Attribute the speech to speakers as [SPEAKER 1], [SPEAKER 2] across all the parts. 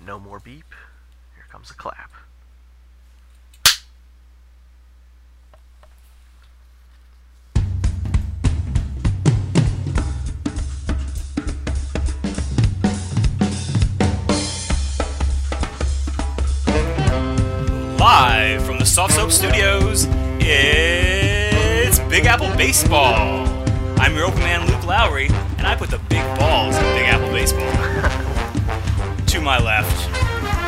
[SPEAKER 1] No more beep. Here comes the clap.
[SPEAKER 2] Live from the Soft Soap Studios, it's Big Apple Baseball. I'm your open man, Luke Lowry, and I put the big balls in Big Apple Baseball. to my left,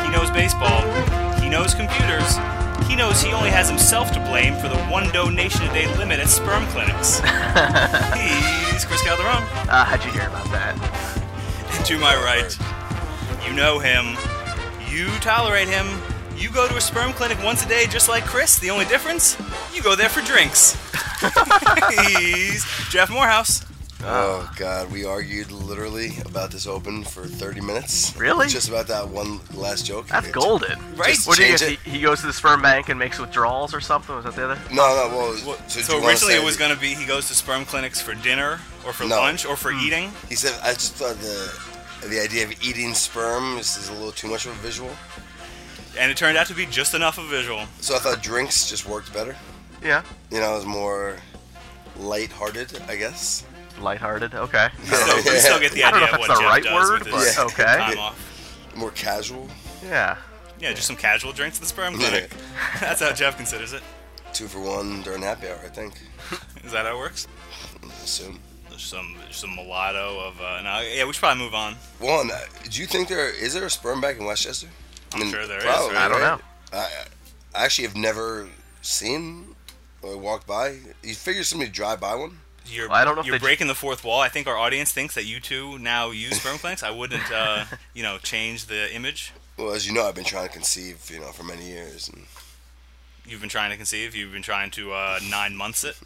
[SPEAKER 2] he knows baseball, he knows computers, he knows he only has himself to blame for the one donation a day limit at sperm clinics. He's Chris Calderon.
[SPEAKER 1] Ah, how'd you hear about that?
[SPEAKER 2] And to my right, you know him, you tolerate him, you go to a sperm clinic once a day just like Chris. The only difference, you go there for drinks. He's Jeff Morehouse.
[SPEAKER 3] Oh God, we argued literally about this open for 30 minutes.
[SPEAKER 1] Really?
[SPEAKER 3] Just about that one last joke.
[SPEAKER 1] That's
[SPEAKER 3] It-
[SPEAKER 1] golden.
[SPEAKER 2] Right?
[SPEAKER 1] What do you
[SPEAKER 3] change
[SPEAKER 1] get?
[SPEAKER 3] it.
[SPEAKER 1] He, he goes to the sperm bank and makes withdrawals or something? Was that the other?
[SPEAKER 3] No, no. Well,
[SPEAKER 2] So,
[SPEAKER 3] so, do you wanna
[SPEAKER 2] originally
[SPEAKER 3] say-
[SPEAKER 2] it was going to be he goes to sperm clinics for dinner or for
[SPEAKER 3] No.
[SPEAKER 2] lunch
[SPEAKER 1] Hmm.
[SPEAKER 2] or for eating.
[SPEAKER 3] He said, "I just thought the the idea of eating sperm is, is a little too much of a visual."
[SPEAKER 2] And it turned out to be just enough of visual.
[SPEAKER 3] So I thought drinks just worked better.
[SPEAKER 1] Yeah.
[SPEAKER 3] You know, it was more lighthearted, I guess.
[SPEAKER 1] Lighthearted. Okay.
[SPEAKER 2] So we still get the
[SPEAKER 1] I don't know
[SPEAKER 2] idea
[SPEAKER 1] if that's
[SPEAKER 2] of what
[SPEAKER 1] the
[SPEAKER 2] Jeff
[SPEAKER 1] right
[SPEAKER 2] does
[SPEAKER 1] word,
[SPEAKER 2] with
[SPEAKER 1] but
[SPEAKER 2] his
[SPEAKER 3] Yeah.
[SPEAKER 1] okay.
[SPEAKER 2] time off.
[SPEAKER 3] more casual.
[SPEAKER 1] Yeah.
[SPEAKER 2] Yeah, just some casual drinks at the sperm clinic. That's how Jeff considers it.
[SPEAKER 3] Two for one during happy hour, I think.
[SPEAKER 2] Is that how it works?
[SPEAKER 3] I assume.
[SPEAKER 2] There's some there's some mulatto of uh, no, yeah. We should probably move on.
[SPEAKER 3] One, uh, do you think there is there a sperm bank in Westchester?
[SPEAKER 2] I'm sure there is,
[SPEAKER 3] probably,
[SPEAKER 2] right?
[SPEAKER 1] I don't
[SPEAKER 3] right?
[SPEAKER 1] know.
[SPEAKER 3] I, I actually have never seen or walked by. You figure somebody drive by one?
[SPEAKER 2] You're,
[SPEAKER 1] Well, I don't know if
[SPEAKER 2] you're
[SPEAKER 1] they-
[SPEAKER 2] breaking the fourth wall. I think our audience thinks that you two now use sperm clinics. I wouldn't, uh, you know, change the image.
[SPEAKER 3] Well, as you know, I've been trying to conceive, you know, for many years. And,
[SPEAKER 2] You've been trying to conceive. You've been trying to uh, nine months it.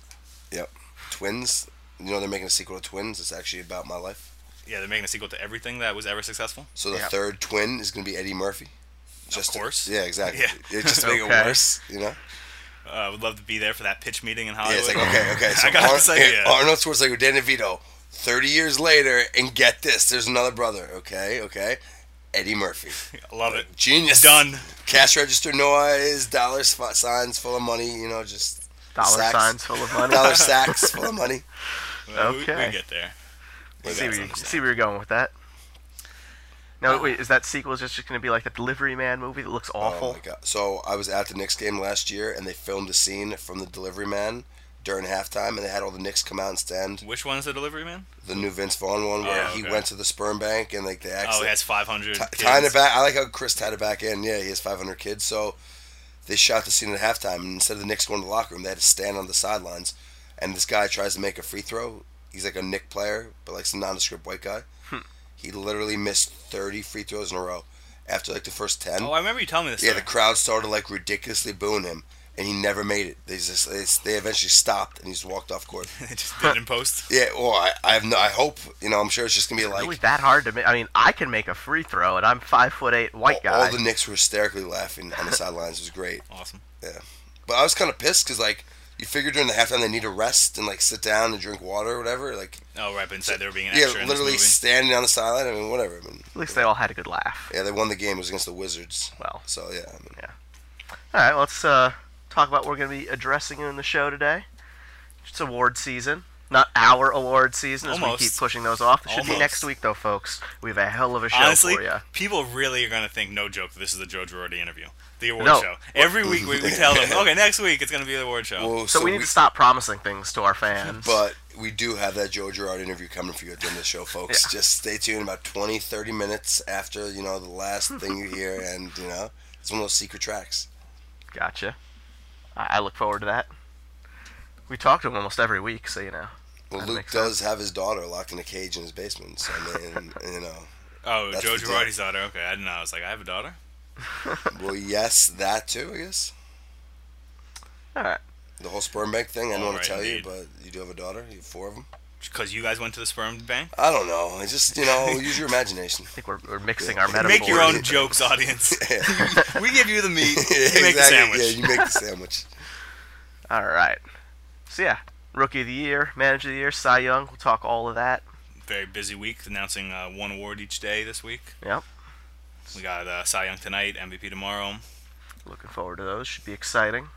[SPEAKER 3] yep, twins. You know, they're making a sequel to Twins. It's actually about my life.
[SPEAKER 2] Yeah, they're making a sequel to everything that was ever successful.
[SPEAKER 3] So the
[SPEAKER 1] Yep.
[SPEAKER 3] third twin is going to be Eddie Murphy. Just to-
[SPEAKER 2] course.
[SPEAKER 3] yeah, exactly.
[SPEAKER 2] Yeah.
[SPEAKER 3] Yeah. Just to make
[SPEAKER 1] Okay.
[SPEAKER 3] it worse, you know.
[SPEAKER 2] Uh, I would love to be there for that pitch meeting in
[SPEAKER 3] Yeah,
[SPEAKER 2] Hollywood.
[SPEAKER 3] it's like okay, okay. So
[SPEAKER 2] I got
[SPEAKER 3] Ar-
[SPEAKER 2] this idea.
[SPEAKER 3] yeah, Arnold Schwarzenegger, Dan DeVito, thirty years later, and get this, there's another brother. Okay, okay. Eddie Murphy,
[SPEAKER 2] I love it.
[SPEAKER 3] genius.
[SPEAKER 2] Done.
[SPEAKER 3] Cash register noise, dollar sp- signs full of money. You know, just
[SPEAKER 1] Dollar
[SPEAKER 3] sacks,
[SPEAKER 1] signs full of money.
[SPEAKER 3] dollar sacks full of money.
[SPEAKER 2] Well, Uh, we- We,
[SPEAKER 1] Okay.
[SPEAKER 2] get there.
[SPEAKER 1] see, where you,
[SPEAKER 2] That's
[SPEAKER 1] see where you're going with that. No, wait, is that sequel just going to be like the Delivery Man movie that looks
[SPEAKER 3] Oh
[SPEAKER 1] awful?
[SPEAKER 3] my god! So I was at the Knicks game last year, and they filmed a scene from the Delivery Man during halftime, and they had all the Knicks come out and stand.
[SPEAKER 2] Which one's the delivery man?
[SPEAKER 3] The new Vince Vaughn one, where
[SPEAKER 2] Oh,
[SPEAKER 3] he
[SPEAKER 2] okay.
[SPEAKER 3] went to the sperm bank, and like they
[SPEAKER 2] Oh,
[SPEAKER 3] actually
[SPEAKER 2] he has 500.
[SPEAKER 3] Ti- Tying it
[SPEAKER 2] kids.
[SPEAKER 3] back, I like how Chris tied it back in. Yeah, he has 500 kids. So they shot the scene at halftime, and instead of the Knicks going to the locker room, they had to stand on the sidelines. And this guy tries to make a free throw. He's like a Nick player, but like some nondescript white guy. He literally missed 30 free throws in a row after like the first 10.
[SPEAKER 2] Oh, I remember you telling me this.
[SPEAKER 3] yeah, the
[SPEAKER 2] story.
[SPEAKER 3] crowd started like ridiculously booing him, and he never made it. They just they, they eventually stopped, and he just walked off court.
[SPEAKER 2] They just did it in post.
[SPEAKER 3] Yeah, well, I, I have no. I hope you know. I'm sure it's just gonna be like
[SPEAKER 1] really that hard to make? I mean, I can make a free throw, and I'm five foot eight
[SPEAKER 3] all,
[SPEAKER 1] white guy.
[SPEAKER 3] all the Knicks were hysterically laughing on the sidelines. It was great.
[SPEAKER 2] Awesome.
[SPEAKER 3] Yeah, but I was kind of pissed because like you figure during the halftime they need to rest and like sit down and drink water or whatever. Like
[SPEAKER 2] Oh, right, but inside they were being an
[SPEAKER 3] yeah,
[SPEAKER 2] extra in this
[SPEAKER 3] literally
[SPEAKER 2] movie.
[SPEAKER 3] standing on the sideline. I mean, whatever. I mean,
[SPEAKER 1] At least they all had a good laugh.
[SPEAKER 3] yeah, they won the game. It was against the Wizards.
[SPEAKER 1] Well,
[SPEAKER 3] So yeah, I mean,
[SPEAKER 1] all right, let's uh, talk about what we're going to be addressing in the show today. It's award season, not our award season, as
[SPEAKER 2] Almost.
[SPEAKER 1] we keep pushing those off. It should be
[SPEAKER 2] Almost.
[SPEAKER 1] next week, though, folks. We have a hell of a show
[SPEAKER 2] Honestly,
[SPEAKER 1] for you.
[SPEAKER 2] people really are going to think, no joke, this is the Joe Girardi interview. The award
[SPEAKER 1] No.
[SPEAKER 2] show. Every week we, we tell them, okay, next week it's going to be the award show.
[SPEAKER 3] well,
[SPEAKER 1] So, we need to stop promising things to our fans.
[SPEAKER 3] But we do have that Joe Girard interview coming for you at the end of the show, folks. Just stay tuned about 20, 30 minutes after you know the last thing you hear, and you know it's one of those secret tracks.
[SPEAKER 1] Gotcha. I, I look forward to that. We talk to him almost every week, so you know.
[SPEAKER 3] Well,
[SPEAKER 1] That
[SPEAKER 3] Luke
[SPEAKER 1] makes
[SPEAKER 3] does have his daughter locked in a cage in his basement. So I mean, you know.
[SPEAKER 2] oh,
[SPEAKER 3] that's
[SPEAKER 2] Joe
[SPEAKER 3] the
[SPEAKER 2] Girardi's daughter. Okay, I didn't know. I was like, I have a daughter?
[SPEAKER 3] Well, yes, that too, I guess.
[SPEAKER 1] All right.
[SPEAKER 3] The whole sperm bank thing, I don't
[SPEAKER 2] All
[SPEAKER 3] want
[SPEAKER 2] right,
[SPEAKER 3] to tell
[SPEAKER 2] indeed.
[SPEAKER 3] you, but you do have a daughter. You have four of them.
[SPEAKER 2] Because you guys went to the sperm bank?
[SPEAKER 3] I don't know. It's just you know, use your imagination.
[SPEAKER 1] I think we're, we're mixing our metaphors.
[SPEAKER 2] Make your own jokes, audience. we give you the meat. You make the sandwich.
[SPEAKER 3] Yeah, you make the sandwich.
[SPEAKER 1] All right. So yeah, rookie of the year, manager of the year, Cy Young. We'll talk all of that.
[SPEAKER 2] Very busy week, announcing uh, one award each day this week.
[SPEAKER 1] Yep.
[SPEAKER 2] We got uh, Cy Young tonight, MVP tomorrow.
[SPEAKER 1] Looking forward to those. Should be exciting.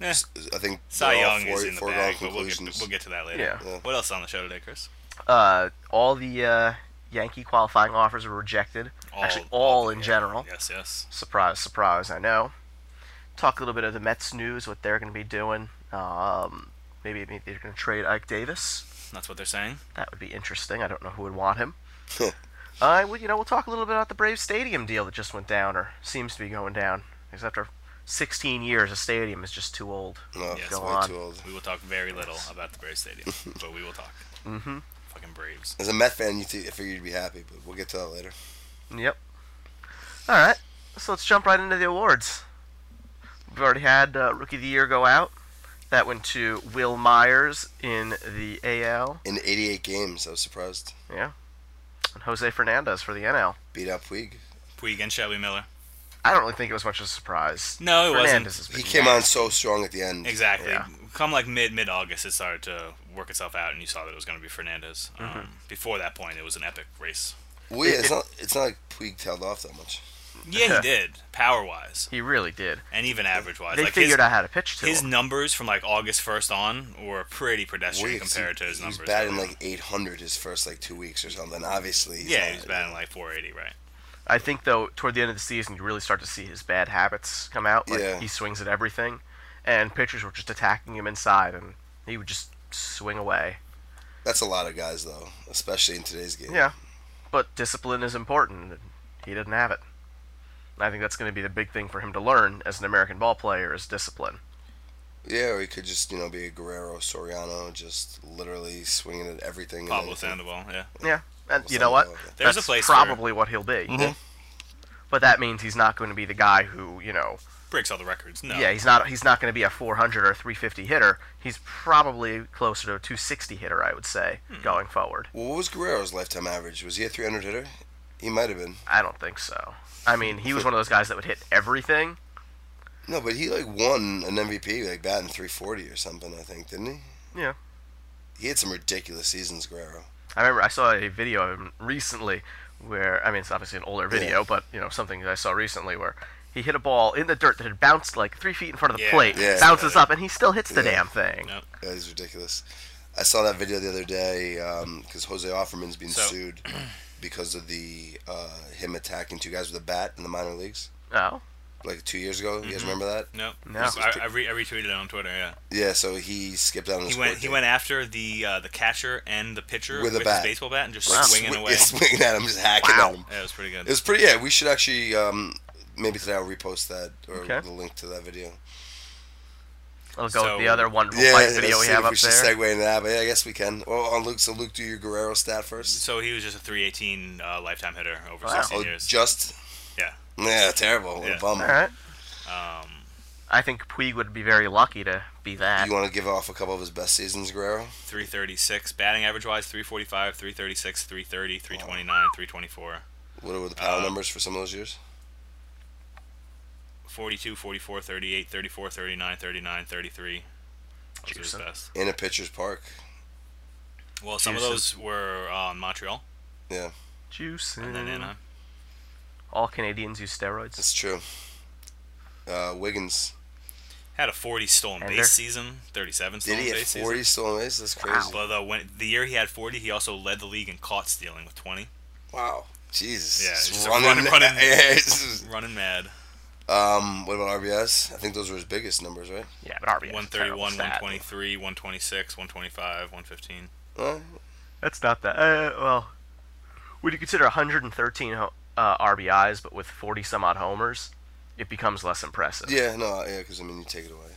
[SPEAKER 2] Eh,
[SPEAKER 3] I think
[SPEAKER 2] Cy
[SPEAKER 3] they're all
[SPEAKER 2] Young is
[SPEAKER 3] fore-
[SPEAKER 2] in the
[SPEAKER 3] foregone
[SPEAKER 2] bag, but we'll get,
[SPEAKER 3] conclusions.
[SPEAKER 2] we'll get to that later.
[SPEAKER 1] Yeah.
[SPEAKER 3] Yeah.
[SPEAKER 2] What else on the show today, Chris?
[SPEAKER 1] Uh, all the uh, Yankee qualifying offers were rejected. Actually, all in
[SPEAKER 2] yeah.
[SPEAKER 1] general.
[SPEAKER 2] Yes, yes.
[SPEAKER 1] Surprise, surprise, I know. Talk a little bit of the Mets news, what they're going to be doing. Um, maybe, maybe they're going to trade Ike Davis.
[SPEAKER 2] That's what they're saying.
[SPEAKER 1] That would be interesting. I don't know who would want him. Uh, well, you know, we'll talk a little bit about the Brave Stadium deal that just went down, or seems to be going down. Because after 16 years, a stadium is just too old.
[SPEAKER 3] no,
[SPEAKER 2] Yes,
[SPEAKER 3] it's
[SPEAKER 1] go
[SPEAKER 3] way
[SPEAKER 1] on.
[SPEAKER 3] too old.
[SPEAKER 2] We will talk very little about the Braves Stadium, but we will talk. Mm-hmm. Fucking Braves.
[SPEAKER 3] As a Met fan, you th- I figure you'd be happy, but we'll get to that later.
[SPEAKER 1] Yep. All right. So let's jump right into the awards. We've already had uh, Rookie of the Year go out. That went to Will Myers in the AL.
[SPEAKER 3] In 88 games, I was surprised.
[SPEAKER 1] Yeah. And Jose Fernandez for the NL.
[SPEAKER 3] Beat out Puig.
[SPEAKER 2] Puig and Shelby Miller.
[SPEAKER 1] I don't really think it was much of a surprise.
[SPEAKER 2] No, it
[SPEAKER 1] Fernandez
[SPEAKER 2] wasn't.
[SPEAKER 1] has
[SPEAKER 3] He
[SPEAKER 1] been-
[SPEAKER 3] came on so strong at the end.
[SPEAKER 2] Exactly.
[SPEAKER 1] Yeah.
[SPEAKER 2] Come like mid mid August, it started to work itself out, and you saw that it was going to be Fernandez. Um, Before that point, it was an epic race.
[SPEAKER 3] Well, yeah, it's not. It's not like Puig tailed off that much.
[SPEAKER 2] Yeah, he did power wise
[SPEAKER 1] He really did.
[SPEAKER 2] and even average wise.
[SPEAKER 1] They
[SPEAKER 2] like his,
[SPEAKER 1] figured out how to pitch to
[SPEAKER 2] his
[SPEAKER 1] him.
[SPEAKER 2] numbers from like August first on were pretty pedestrian
[SPEAKER 3] Weird, 'cause
[SPEAKER 2] compared
[SPEAKER 3] he,
[SPEAKER 2] to his
[SPEAKER 3] he
[SPEAKER 2] numbers.
[SPEAKER 3] was batting
[SPEAKER 2] earlier.
[SPEAKER 3] like 800 his first like two weeks or something. Obviously, he's
[SPEAKER 2] yeah,
[SPEAKER 3] not-
[SPEAKER 2] he was batting like 480, right?
[SPEAKER 1] I think though toward the end of the season you really start to see his bad habits come out. Like
[SPEAKER 3] Yeah.
[SPEAKER 1] he swings at everything, and pitchers were just attacking him inside, and he would just swing away.
[SPEAKER 3] That's a lot of guys though, especially in today's game.
[SPEAKER 1] Yeah, but discipline is important. and He didn't have it. And I think that's going to be the big thing for him to learn as an American ball player is discipline.
[SPEAKER 3] Yeah, or he could just you know be a Guerrero Soriano, just literally swinging at everything. and
[SPEAKER 2] Pablo
[SPEAKER 3] anything.
[SPEAKER 2] Sandoval. Yeah.
[SPEAKER 1] Yeah, and
[SPEAKER 3] Well,
[SPEAKER 1] you know what?
[SPEAKER 3] something like that.
[SPEAKER 2] There's a
[SPEAKER 1] that's
[SPEAKER 2] place for-
[SPEAKER 1] probably what he'll be. But that means he's not going to be the guy who you know
[SPEAKER 2] breaks all the records. No.
[SPEAKER 1] Yeah, he's not he's not going to be a 400 or 350 hitter. He's probably closer to a 260 hitter, I would say,
[SPEAKER 2] Hmm.
[SPEAKER 1] going forward.
[SPEAKER 3] Well, what was Guerrero's lifetime average? Was he a 300 hitter? He might have been.
[SPEAKER 1] I don't think so. I mean, he was one of those guys that would hit everything.
[SPEAKER 3] No, but he like won an MVP like batting 340 or something. I think didn't he?
[SPEAKER 1] Yeah.
[SPEAKER 3] He had some ridiculous seasons, Guerrero.
[SPEAKER 1] I remember I saw a video of him recently where I mean, it's obviously an older video,
[SPEAKER 3] Yeah.
[SPEAKER 1] but you know, something that I saw recently where he hit a ball in the dirt that had bounced like 3 feet in front of the
[SPEAKER 2] Yeah.
[SPEAKER 1] plate,
[SPEAKER 3] Yeah.
[SPEAKER 1] bounces up and he still hits the
[SPEAKER 3] Yeah.
[SPEAKER 1] damn thing.
[SPEAKER 2] No.
[SPEAKER 3] That is ridiculous. I saw that video the other day because Jose Offerman's been
[SPEAKER 2] So-
[SPEAKER 3] sued because of the uh, him attacking two guys with a bat in the minor leagues
[SPEAKER 1] Oh.
[SPEAKER 3] like two years ago. You
[SPEAKER 2] Mm-hmm.
[SPEAKER 3] guys remember that?
[SPEAKER 2] No.
[SPEAKER 1] No.
[SPEAKER 2] I, I, re- I retweeted it on Twitter. Yeah.
[SPEAKER 3] Yeah. So he skipped out on his
[SPEAKER 2] He went.
[SPEAKER 3] court
[SPEAKER 2] He
[SPEAKER 3] date.
[SPEAKER 2] went after the uh, the catcher and the pitcher
[SPEAKER 3] With a
[SPEAKER 2] his
[SPEAKER 3] bat.
[SPEAKER 2] baseball bat and just
[SPEAKER 1] Wow.
[SPEAKER 2] swinging
[SPEAKER 3] Swi-
[SPEAKER 2] away.
[SPEAKER 3] yeah, swinging at him, just hacking
[SPEAKER 1] Wow.
[SPEAKER 3] at him.
[SPEAKER 2] Yeah, it was pretty good.
[SPEAKER 3] It was pretty. Yeah, we should actually um, maybe today I'll repost that or
[SPEAKER 1] Okay.
[SPEAKER 3] the link to that video.
[SPEAKER 1] I'll go
[SPEAKER 2] So-
[SPEAKER 1] with the other wonderful
[SPEAKER 3] yeah,
[SPEAKER 1] fight
[SPEAKER 3] let's
[SPEAKER 1] video we
[SPEAKER 3] see
[SPEAKER 1] have
[SPEAKER 3] if
[SPEAKER 1] up
[SPEAKER 3] we should
[SPEAKER 1] there.
[SPEAKER 3] segue into that, but yeah, I guess we can. Oh, on Luke, so Luke, do your Guerrero stat first.
[SPEAKER 2] so he was just a 318 uh, lifetime hitter over
[SPEAKER 1] Wow.
[SPEAKER 2] 16
[SPEAKER 3] Oh,
[SPEAKER 2] years.
[SPEAKER 3] just
[SPEAKER 2] yeah.
[SPEAKER 3] yeah, terrible. What
[SPEAKER 2] Yeah.
[SPEAKER 3] a bummer.
[SPEAKER 1] All right.
[SPEAKER 2] Um,
[SPEAKER 1] I think Puig would be very lucky to be that.
[SPEAKER 3] You want to give off a couple of his best seasons, Guerrero?
[SPEAKER 2] 336 batting average wise, 345, 336, 330, 329, 324,
[SPEAKER 3] What were the power
[SPEAKER 2] Uh,
[SPEAKER 3] numbers for some of those years?
[SPEAKER 2] 42, 44, 38, 34, 39, 39, 33. Those were his
[SPEAKER 1] Juicing.
[SPEAKER 2] best.
[SPEAKER 3] In a pitcher's park.
[SPEAKER 2] Well, some of
[SPEAKER 1] Juicing.
[SPEAKER 2] those were uh, in Montreal
[SPEAKER 3] Yeah,
[SPEAKER 1] Juicing.
[SPEAKER 2] and then
[SPEAKER 3] Mm-hmm.
[SPEAKER 2] Anaheim.
[SPEAKER 1] All Canadians use steroids.
[SPEAKER 3] that's true. Uh, Wiggins.
[SPEAKER 2] Had a 40 stolen
[SPEAKER 1] And there-
[SPEAKER 2] base season, 37
[SPEAKER 3] Did
[SPEAKER 2] stolen
[SPEAKER 3] he
[SPEAKER 2] base
[SPEAKER 3] hit
[SPEAKER 2] season.
[SPEAKER 3] 40 stolen bases? That's crazy.
[SPEAKER 2] But uh, when the year he had 40, he also led the league in caught stealing with 20.
[SPEAKER 3] Wow. Jesus.
[SPEAKER 2] Yeah,
[SPEAKER 3] Just
[SPEAKER 2] just a
[SPEAKER 3] running,
[SPEAKER 2] running- running-
[SPEAKER 3] yeah, it's just-
[SPEAKER 2] Running mad.
[SPEAKER 3] um, what about RBS? I think those were his biggest numbers, right?
[SPEAKER 1] Yeah, but RBI.
[SPEAKER 2] 131, 123, 126, 125, 115.
[SPEAKER 3] Uh,
[SPEAKER 1] That's not that. Uh, well, would you consider 113 ho- uh, RBIs, but with 40 some odd homers, it becomes less impressive.
[SPEAKER 3] yeah, no, yeah, because I mean, you take it away.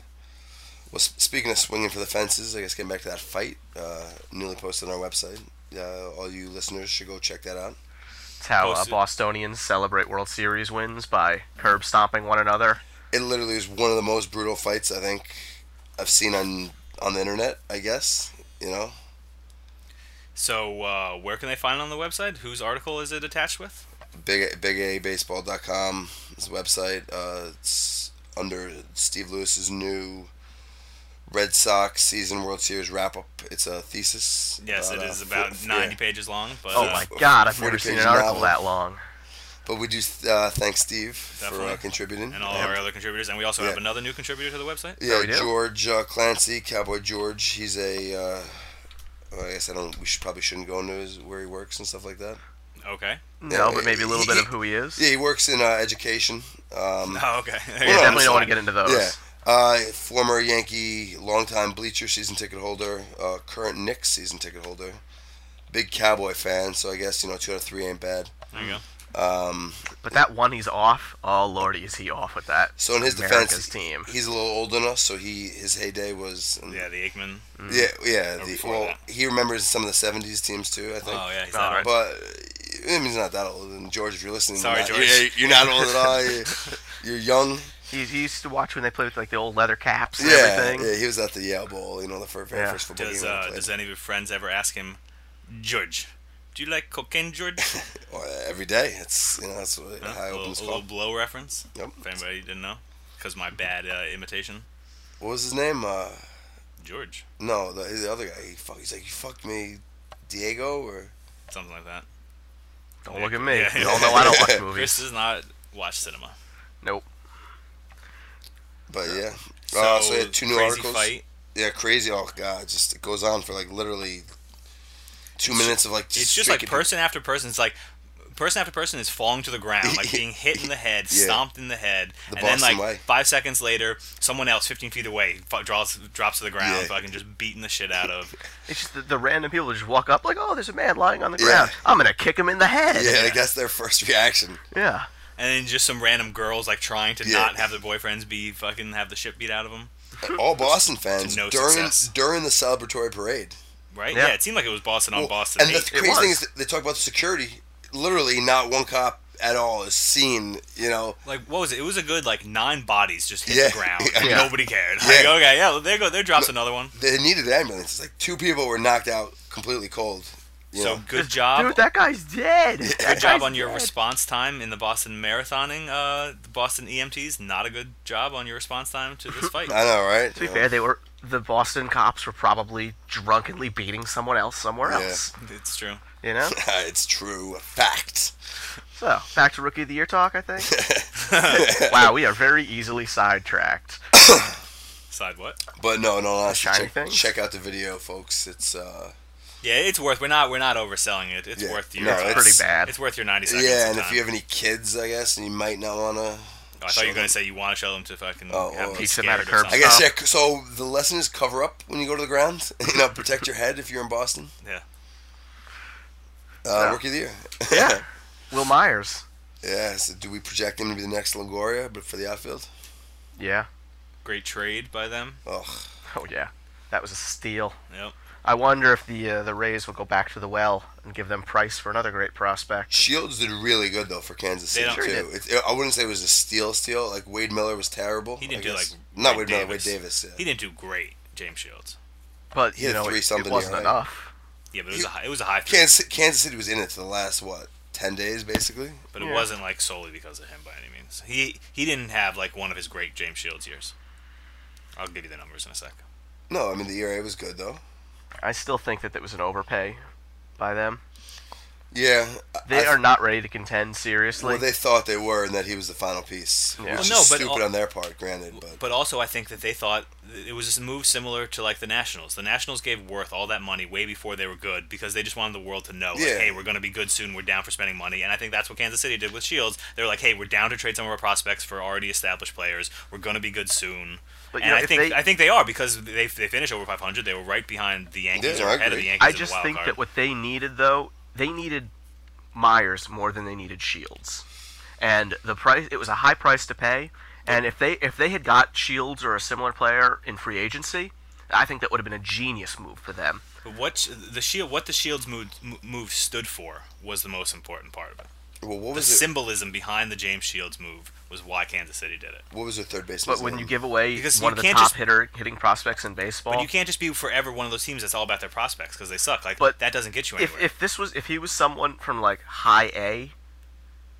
[SPEAKER 3] Well, s- speaking of swinging for the fences, I guess getting back to that fight, uh, newly posted on our website. Uh, all you listeners should go check that out.
[SPEAKER 1] It's how uh,
[SPEAKER 2] Posted.
[SPEAKER 1] Bostonians celebrate World Series wins by curb stomping one another.
[SPEAKER 3] It literally is one of the most brutal fights I think I've seen on on the internet. I guess you know.
[SPEAKER 2] So, uh, where can they find it on the website? Whose article is it attached with?
[SPEAKER 3] Big BigABaseball.com is the website. Uh, it's under Steve Lewis's new Red Sox season World Series wrap up. It's a thesis.
[SPEAKER 2] Yes, it
[SPEAKER 3] uh,
[SPEAKER 2] is
[SPEAKER 3] four-
[SPEAKER 2] about
[SPEAKER 3] yeah.
[SPEAKER 2] 90 pages long. But
[SPEAKER 1] Oh
[SPEAKER 2] uh,
[SPEAKER 1] my God! I've
[SPEAKER 3] 40
[SPEAKER 1] never seen
[SPEAKER 3] page
[SPEAKER 1] an article
[SPEAKER 3] novel.
[SPEAKER 1] that long.
[SPEAKER 3] But we do uh, thank Steve for
[SPEAKER 2] Definitely.
[SPEAKER 3] uh, contributing.
[SPEAKER 2] and all
[SPEAKER 3] Yeah.
[SPEAKER 2] our other contributors. And we also have
[SPEAKER 3] Yeah.
[SPEAKER 2] another new contributor to the website.
[SPEAKER 3] Yeah,
[SPEAKER 1] Oh, we do?
[SPEAKER 3] George uh, Clancy, Cowboy George. He's a. Uh, well, I guess I don't. We should probably shouldn't go into his, where he works and stuff like that.
[SPEAKER 2] Okay.
[SPEAKER 1] No, but maybe a little bit
[SPEAKER 3] he-
[SPEAKER 1] of who he is.
[SPEAKER 3] Yeah, he works in uh, education. Um,
[SPEAKER 2] Oh, okay.
[SPEAKER 1] We
[SPEAKER 3] Yeah,
[SPEAKER 1] definitely
[SPEAKER 3] that's
[SPEAKER 1] don't want to get into those.
[SPEAKER 3] yeah, uh, former Yankee, longtime Bleacher season ticket holder, uh, current Knicks season ticket holder, big Cowboy fan. So I guess you know two out of three ain't bad.
[SPEAKER 2] There you go.
[SPEAKER 1] Mm-hmm.
[SPEAKER 3] Um,
[SPEAKER 1] But that one he's off. Oh lordy, is he off with that?
[SPEAKER 3] so in his
[SPEAKER 1] America's
[SPEAKER 3] defense,
[SPEAKER 1] team.
[SPEAKER 3] he's a little older than us, so he his heyday was.
[SPEAKER 2] Yeah, the Aikman.
[SPEAKER 3] Yeah, yeah.
[SPEAKER 2] Or
[SPEAKER 3] The,
[SPEAKER 2] before
[SPEAKER 3] well,
[SPEAKER 2] that.
[SPEAKER 3] he remembers some of the '70s teams too. I think.
[SPEAKER 2] Oh yeah, he's
[SPEAKER 1] All
[SPEAKER 2] not
[SPEAKER 1] right.
[SPEAKER 2] right.
[SPEAKER 3] But uh, I mean, he's not that old. And George, if you're listening,
[SPEAKER 2] Sorry,
[SPEAKER 3] you're not,
[SPEAKER 2] George.
[SPEAKER 3] You're, you're not old at all. You're, you're young.
[SPEAKER 1] He, he used to watch when they played with like the old leather caps and
[SPEAKER 3] Yeah,
[SPEAKER 1] everything.
[SPEAKER 3] yeah. He was at the Yale Bowl. You know, the first, very
[SPEAKER 1] Yeah.
[SPEAKER 3] first football
[SPEAKER 2] Does
[SPEAKER 3] game
[SPEAKER 2] uh,
[SPEAKER 3] I
[SPEAKER 2] does
[SPEAKER 3] played.
[SPEAKER 2] any of your friends ever ask him, George? Do you like cocaine, George?
[SPEAKER 3] Or, uh, every day. It's you know that's what,
[SPEAKER 2] Huh?
[SPEAKER 3] how I
[SPEAKER 2] a
[SPEAKER 3] open
[SPEAKER 2] little,
[SPEAKER 3] this
[SPEAKER 2] a little
[SPEAKER 3] call.
[SPEAKER 2] blow reference.
[SPEAKER 3] Yep.
[SPEAKER 2] If anybody didn't know, because my bad uh, imitation,
[SPEAKER 3] What was his name? Uh,
[SPEAKER 2] George,
[SPEAKER 3] no, the, the other guy. He fuck, he's like, you fucked me, Diego, or
[SPEAKER 2] something like that.
[SPEAKER 1] Don't look at me.
[SPEAKER 2] Yeah.
[SPEAKER 1] You all know I don't watch
[SPEAKER 2] Chris
[SPEAKER 1] movies.
[SPEAKER 2] does not watch cinema.
[SPEAKER 1] Nope.
[SPEAKER 3] but yeah.
[SPEAKER 2] So,
[SPEAKER 3] uh, so yeah, two new
[SPEAKER 2] crazy
[SPEAKER 3] articles.
[SPEAKER 2] fight.
[SPEAKER 3] Yeah, crazy. Oh god, just it goes on for like literally two minutes of like.
[SPEAKER 2] It's just
[SPEAKER 3] straight
[SPEAKER 2] like
[SPEAKER 3] confusion.
[SPEAKER 2] person after person. It's like person after person is falling to the ground, like being hit in the head,
[SPEAKER 3] Yeah.
[SPEAKER 2] stomped in the head,
[SPEAKER 3] The
[SPEAKER 2] and then like
[SPEAKER 3] Boston way.
[SPEAKER 2] five seconds later, someone else 15 feet away fu- draws drops to the ground,
[SPEAKER 3] Yeah.
[SPEAKER 2] fucking just beating the shit out of.
[SPEAKER 1] It's just the, the random people just walk up like, oh, there's a man lying on the
[SPEAKER 3] Yeah.
[SPEAKER 1] ground. I'm gonna kick him in the head.
[SPEAKER 3] Yeah, I guess their first reaction.
[SPEAKER 1] Yeah.
[SPEAKER 2] and then just some random girls like trying to
[SPEAKER 3] Yeah.
[SPEAKER 2] not have their boyfriends be fucking have the shit beat out of them,
[SPEAKER 3] all Boston fans
[SPEAKER 2] no
[SPEAKER 3] during
[SPEAKER 2] success.
[SPEAKER 3] during the celebratory parade.
[SPEAKER 2] right?
[SPEAKER 1] Yeah.
[SPEAKER 2] Yeah. it seemed like it was Boston on
[SPEAKER 3] Well,
[SPEAKER 2] Oh, Boston.
[SPEAKER 3] and the
[SPEAKER 2] hate.
[SPEAKER 3] crazy thing
[SPEAKER 1] was.
[SPEAKER 3] is that they talk about the security. Literally, not one cop at all is seen. You know,
[SPEAKER 2] like what was it? It was a good like nine bodies just hit
[SPEAKER 3] Yeah.
[SPEAKER 2] the ground.
[SPEAKER 3] Yeah.
[SPEAKER 2] Nobody cared. Like,
[SPEAKER 3] Yeah.
[SPEAKER 2] okay, yeah, well, there go there drops another one.
[SPEAKER 3] they needed ambulances. Like two people were knocked out completely cold. You
[SPEAKER 2] So
[SPEAKER 3] know,
[SPEAKER 2] good
[SPEAKER 1] Just,
[SPEAKER 2] job.
[SPEAKER 1] Dude, that guy's dead.
[SPEAKER 2] good job on your response time in the Boston marathoning. Uh, the Boston EMTs not a good job on your response time to this fight.
[SPEAKER 3] I know, right?
[SPEAKER 1] To be
[SPEAKER 3] You know,
[SPEAKER 1] fair, they were the Boston cops were probably drunkenly beating someone else somewhere
[SPEAKER 3] Yeah.
[SPEAKER 1] else.
[SPEAKER 2] it's true.
[SPEAKER 1] You know.
[SPEAKER 3] it's true fact.
[SPEAKER 1] So back to rookie of the year talk. I think. wow, we are very easily sidetracked.
[SPEAKER 2] Side what?
[SPEAKER 3] But no, no, honestly,
[SPEAKER 1] shiny
[SPEAKER 3] check,
[SPEAKER 1] things?
[SPEAKER 3] check out the video, folks. It's uh,
[SPEAKER 2] Yeah, it's worth. We're not. We're not overselling it. It's
[SPEAKER 3] Yeah.
[SPEAKER 2] worth your.
[SPEAKER 3] No,
[SPEAKER 2] uh,
[SPEAKER 1] It's
[SPEAKER 3] it's-
[SPEAKER 1] pretty bad.
[SPEAKER 2] It's worth your ninety seconds.
[SPEAKER 3] yeah.
[SPEAKER 2] of
[SPEAKER 3] And if
[SPEAKER 2] time.
[SPEAKER 3] you have any kids, I guess, and you might not wanna.
[SPEAKER 2] Oh, I thought
[SPEAKER 3] show
[SPEAKER 2] you were
[SPEAKER 3] them.
[SPEAKER 2] gonna say you want to show them to fucking
[SPEAKER 3] Oh,
[SPEAKER 2] have
[SPEAKER 3] oh,
[SPEAKER 2] them
[SPEAKER 3] Teach
[SPEAKER 1] them how to
[SPEAKER 2] scared or
[SPEAKER 1] curb
[SPEAKER 2] something.
[SPEAKER 3] I guess
[SPEAKER 1] Oh.
[SPEAKER 3] yeah. c- So the lesson is cover up when you go to the ground. You know, protect your head if you're in Boston.
[SPEAKER 2] Yeah.
[SPEAKER 3] Uh,
[SPEAKER 1] Yeah.
[SPEAKER 3] Rookie of the year.
[SPEAKER 1] Yeah. Will Myers.
[SPEAKER 3] yeah. So do we project him to be the next Longoria, but for the outfield?
[SPEAKER 1] Yeah.
[SPEAKER 2] Great trade by them.
[SPEAKER 3] Ugh.
[SPEAKER 1] Oh yeah. That was a steal.
[SPEAKER 2] Yep.
[SPEAKER 1] I wonder if the uh, the Rays will go back to the well and give them Price for another great prospect.
[SPEAKER 3] Shields did really good though for Kansas
[SPEAKER 2] They
[SPEAKER 3] City
[SPEAKER 2] don't-
[SPEAKER 1] Sure
[SPEAKER 3] too. It, I wouldn't say it was a steal steal. Like Wade Miller was terrible.
[SPEAKER 2] He didn't
[SPEAKER 3] I
[SPEAKER 2] do
[SPEAKER 3] guess.
[SPEAKER 2] like
[SPEAKER 3] not Wade
[SPEAKER 2] Wade
[SPEAKER 3] Miller, Wade
[SPEAKER 2] Davis.
[SPEAKER 3] Davis. Yeah.
[SPEAKER 2] He didn't do great, James Shields.
[SPEAKER 1] But
[SPEAKER 3] He
[SPEAKER 1] you
[SPEAKER 3] had
[SPEAKER 1] know,
[SPEAKER 3] three
[SPEAKER 1] it, it
[SPEAKER 3] something,
[SPEAKER 1] wasn't
[SPEAKER 3] right?
[SPEAKER 1] enough.
[SPEAKER 2] Yeah, but it was
[SPEAKER 3] You-
[SPEAKER 2] a high, it was a high pick,
[SPEAKER 3] Kansas Kansas City was in it for the last what ten days basically.
[SPEAKER 2] but it
[SPEAKER 1] Yeah.
[SPEAKER 2] wasn't like solely because of him by any means. He he didn't have like one of his great James Shields years. I'll give you the numbers in a sec.
[SPEAKER 3] No, I mean the ERA was good though.
[SPEAKER 1] I still think that that was an overpay by them.
[SPEAKER 3] Yeah. I-
[SPEAKER 1] They
[SPEAKER 3] I-
[SPEAKER 1] are not ready to contend seriously.
[SPEAKER 3] Well, they thought they were, and that he was the final piece.
[SPEAKER 1] Yeah.
[SPEAKER 3] Which
[SPEAKER 2] Well,
[SPEAKER 3] is
[SPEAKER 2] no, but
[SPEAKER 3] stupid
[SPEAKER 2] al-
[SPEAKER 3] on their part, granted. But,
[SPEAKER 2] But also, I think that they thought th- it was just a move similar to like the Nationals. The Nationals gave Worth all that money way before they were good because they just wanted the world to know, like,
[SPEAKER 3] Yeah.
[SPEAKER 2] hey, we're going to be good soon. We're down for spending money, and I think that's what Kansas City did with Shields. They were like, hey, we're down to trade some of our prospects for already established players. We're going to be good soon.
[SPEAKER 1] But, you
[SPEAKER 2] and
[SPEAKER 1] know,
[SPEAKER 2] I
[SPEAKER 1] if
[SPEAKER 2] think
[SPEAKER 1] they-
[SPEAKER 2] I think they are because they they finished over 500. They were right behind the Yankees
[SPEAKER 3] Yeah,
[SPEAKER 2] or
[SPEAKER 3] I
[SPEAKER 2] ahead of
[SPEAKER 3] agree.
[SPEAKER 2] the Yankees.
[SPEAKER 1] I
[SPEAKER 2] in the
[SPEAKER 1] just
[SPEAKER 2] wild
[SPEAKER 1] think
[SPEAKER 2] card.
[SPEAKER 1] that what they needed though, they needed Myers more than they needed Shields. And the price it was a high price to pay. And if they if they had got Shields or a similar player in free agency, I think that would have been a genius move for them.
[SPEAKER 2] But what the shield what the Shields move m- move stood for was the most important part of it.
[SPEAKER 3] well, what
[SPEAKER 2] The
[SPEAKER 3] was it?
[SPEAKER 2] symbolism behind the James Shields move was why Kansas City did it.
[SPEAKER 3] What was their third baseman?
[SPEAKER 1] But when you give away
[SPEAKER 2] Because
[SPEAKER 1] one
[SPEAKER 2] you
[SPEAKER 1] of the
[SPEAKER 2] can't
[SPEAKER 1] top
[SPEAKER 2] just-
[SPEAKER 1] hitter hitting prospects in baseball,
[SPEAKER 2] But you can't just be forever one of those teams that's all about their prospects because they suck. Like
[SPEAKER 1] But
[SPEAKER 2] that doesn't get you
[SPEAKER 1] if
[SPEAKER 2] anywhere.
[SPEAKER 1] if this was if he was someone from like high A,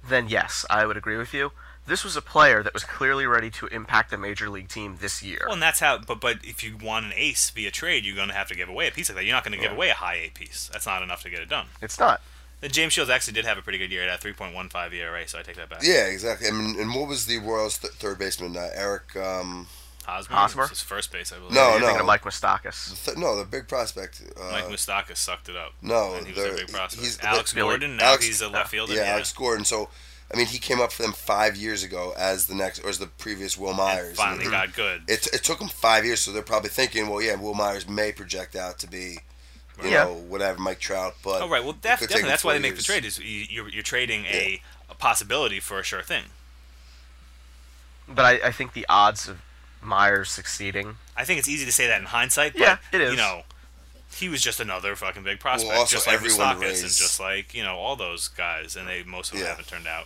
[SPEAKER 1] then yes, I would agree with you. This was a player that was clearly ready to impact a major league team this year.
[SPEAKER 2] well, and that's how. But but if you want an ace via trade, you're going to have to give away a piece like that. You're not going to give away a high A piece. That's not enough to get it done.
[SPEAKER 1] it's not.
[SPEAKER 2] Then James Shields actually did have a pretty good year at E a 3.15 ERA, so I take that back.
[SPEAKER 3] Yeah, exactly. I mean, and what was the Royals' th- third baseman? Uh, Eric. Um,
[SPEAKER 2] Hosmer,
[SPEAKER 1] Hosmer?
[SPEAKER 2] was his first base, I believe.
[SPEAKER 3] Oh, No,
[SPEAKER 1] You're
[SPEAKER 3] no.
[SPEAKER 1] thinking of Mike Moustakas.
[SPEAKER 3] th- no, the big prospect. Uh,
[SPEAKER 2] Mike Moustakas sucked it up.
[SPEAKER 3] no,
[SPEAKER 2] and he was their
[SPEAKER 3] they're-
[SPEAKER 2] big
[SPEAKER 3] he's-
[SPEAKER 2] prospect. Alex
[SPEAKER 1] Billy-
[SPEAKER 2] Gordon, now
[SPEAKER 3] Alex-
[SPEAKER 2] he's a left fielder.
[SPEAKER 3] yeah, Alex Gordon. So, I mean, he came up for them five years ago as the next, or as the previous Will Myers.
[SPEAKER 2] finally got good.
[SPEAKER 3] it, it took them five years, so they're probably thinking, well, yeah, Will Myers may project out to be, you
[SPEAKER 1] Yeah.
[SPEAKER 3] know, whatever, Mike Trout. But
[SPEAKER 2] Oh right, well
[SPEAKER 3] it
[SPEAKER 2] def-
[SPEAKER 3] could
[SPEAKER 2] definitely
[SPEAKER 3] take him
[SPEAKER 2] that's why they
[SPEAKER 3] four
[SPEAKER 2] make the
[SPEAKER 3] years.
[SPEAKER 2] trade is you, you're, you're trading a, a possibility for a sure thing.
[SPEAKER 1] But I, I think the odds of Myers succeeding.
[SPEAKER 2] I think it's easy to say that in hindsight, but
[SPEAKER 1] Yeah, it is.
[SPEAKER 2] you know, he was just another fucking big prospect,
[SPEAKER 3] also
[SPEAKER 2] just like
[SPEAKER 3] everyone
[SPEAKER 2] Moustakas and
[SPEAKER 3] raised-
[SPEAKER 2] just like you know all those guys, and they most of them
[SPEAKER 3] Yeah.
[SPEAKER 2] haven't turned out.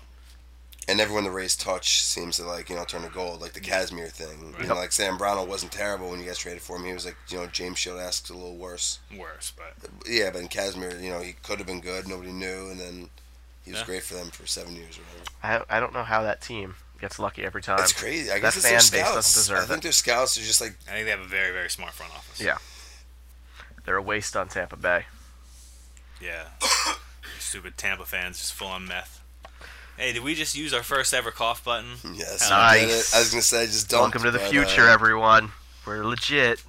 [SPEAKER 3] And everyone the Rays touch seems to like you know turn to gold, like the
[SPEAKER 2] Mm-hmm.
[SPEAKER 3] Casimir thing. You know, like Sam Brownell wasn't terrible when you guys traded for him. He was like you know James Shield asked a little worse.
[SPEAKER 2] Worse, but
[SPEAKER 3] Yeah, but in Casimir, you know, he could have been good. Nobody knew, and then he was
[SPEAKER 2] Yeah.
[SPEAKER 3] great for them for seven years or whatever.
[SPEAKER 1] I, I don't know how that team gets lucky every time.
[SPEAKER 3] It's crazy. I
[SPEAKER 1] that
[SPEAKER 3] guess it's their
[SPEAKER 1] fan base doesn't
[SPEAKER 3] scouts.
[SPEAKER 1] deserve
[SPEAKER 3] I think
[SPEAKER 1] it.
[SPEAKER 3] their scouts are just like
[SPEAKER 2] I think they have a very very smart front office.
[SPEAKER 1] Yeah. They're a waste on Tampa Bay.
[SPEAKER 2] yeah. Stupid Tampa fans just full on meth. Hey, did we just use our first ever cough button?
[SPEAKER 3] yes.
[SPEAKER 1] Nice.
[SPEAKER 3] you did it. I was gonna say just uh, don't.
[SPEAKER 1] Welcome to the future, everyone. We're legit.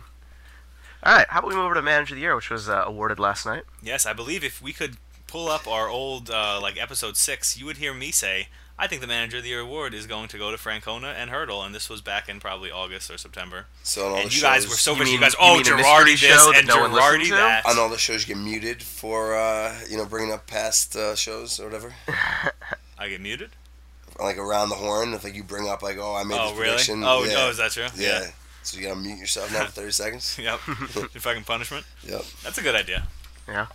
[SPEAKER 1] All right, how about we move over to Manager of the Year, which was uh, awarded last night?
[SPEAKER 2] Yes, I believe if we could pull up our old uh, like episode six, you would hear me say, "I think the manager of the year award is going to go to Francona and Hurdle," and this was back in probably August or September.
[SPEAKER 3] So on all
[SPEAKER 2] And
[SPEAKER 3] the
[SPEAKER 2] you guys
[SPEAKER 3] shows-
[SPEAKER 2] were so
[SPEAKER 1] You
[SPEAKER 2] busy. You
[SPEAKER 1] mean-
[SPEAKER 2] guys,
[SPEAKER 1] you
[SPEAKER 2] oh,
[SPEAKER 1] mean a
[SPEAKER 2] Girardi
[SPEAKER 1] mystery
[SPEAKER 2] this
[SPEAKER 1] show that
[SPEAKER 2] and
[SPEAKER 1] no one listened
[SPEAKER 2] Girardi
[SPEAKER 1] to?
[SPEAKER 2] that.
[SPEAKER 3] on all the shows you get muted for uh, you know bringing up past uh, shows or whatever
[SPEAKER 2] I get muted.
[SPEAKER 3] like around the horn if like you bring up like oh i made
[SPEAKER 2] Oh,
[SPEAKER 3] this
[SPEAKER 2] really?
[SPEAKER 3] prediction
[SPEAKER 2] Oh,
[SPEAKER 3] yeah.
[SPEAKER 2] no, is that true?
[SPEAKER 3] yeah. so you gotta mute yourself now for 30 seconds
[SPEAKER 2] Yep. Your fucking punishment.
[SPEAKER 3] yep
[SPEAKER 2] That's a good idea.
[SPEAKER 1] Yeah.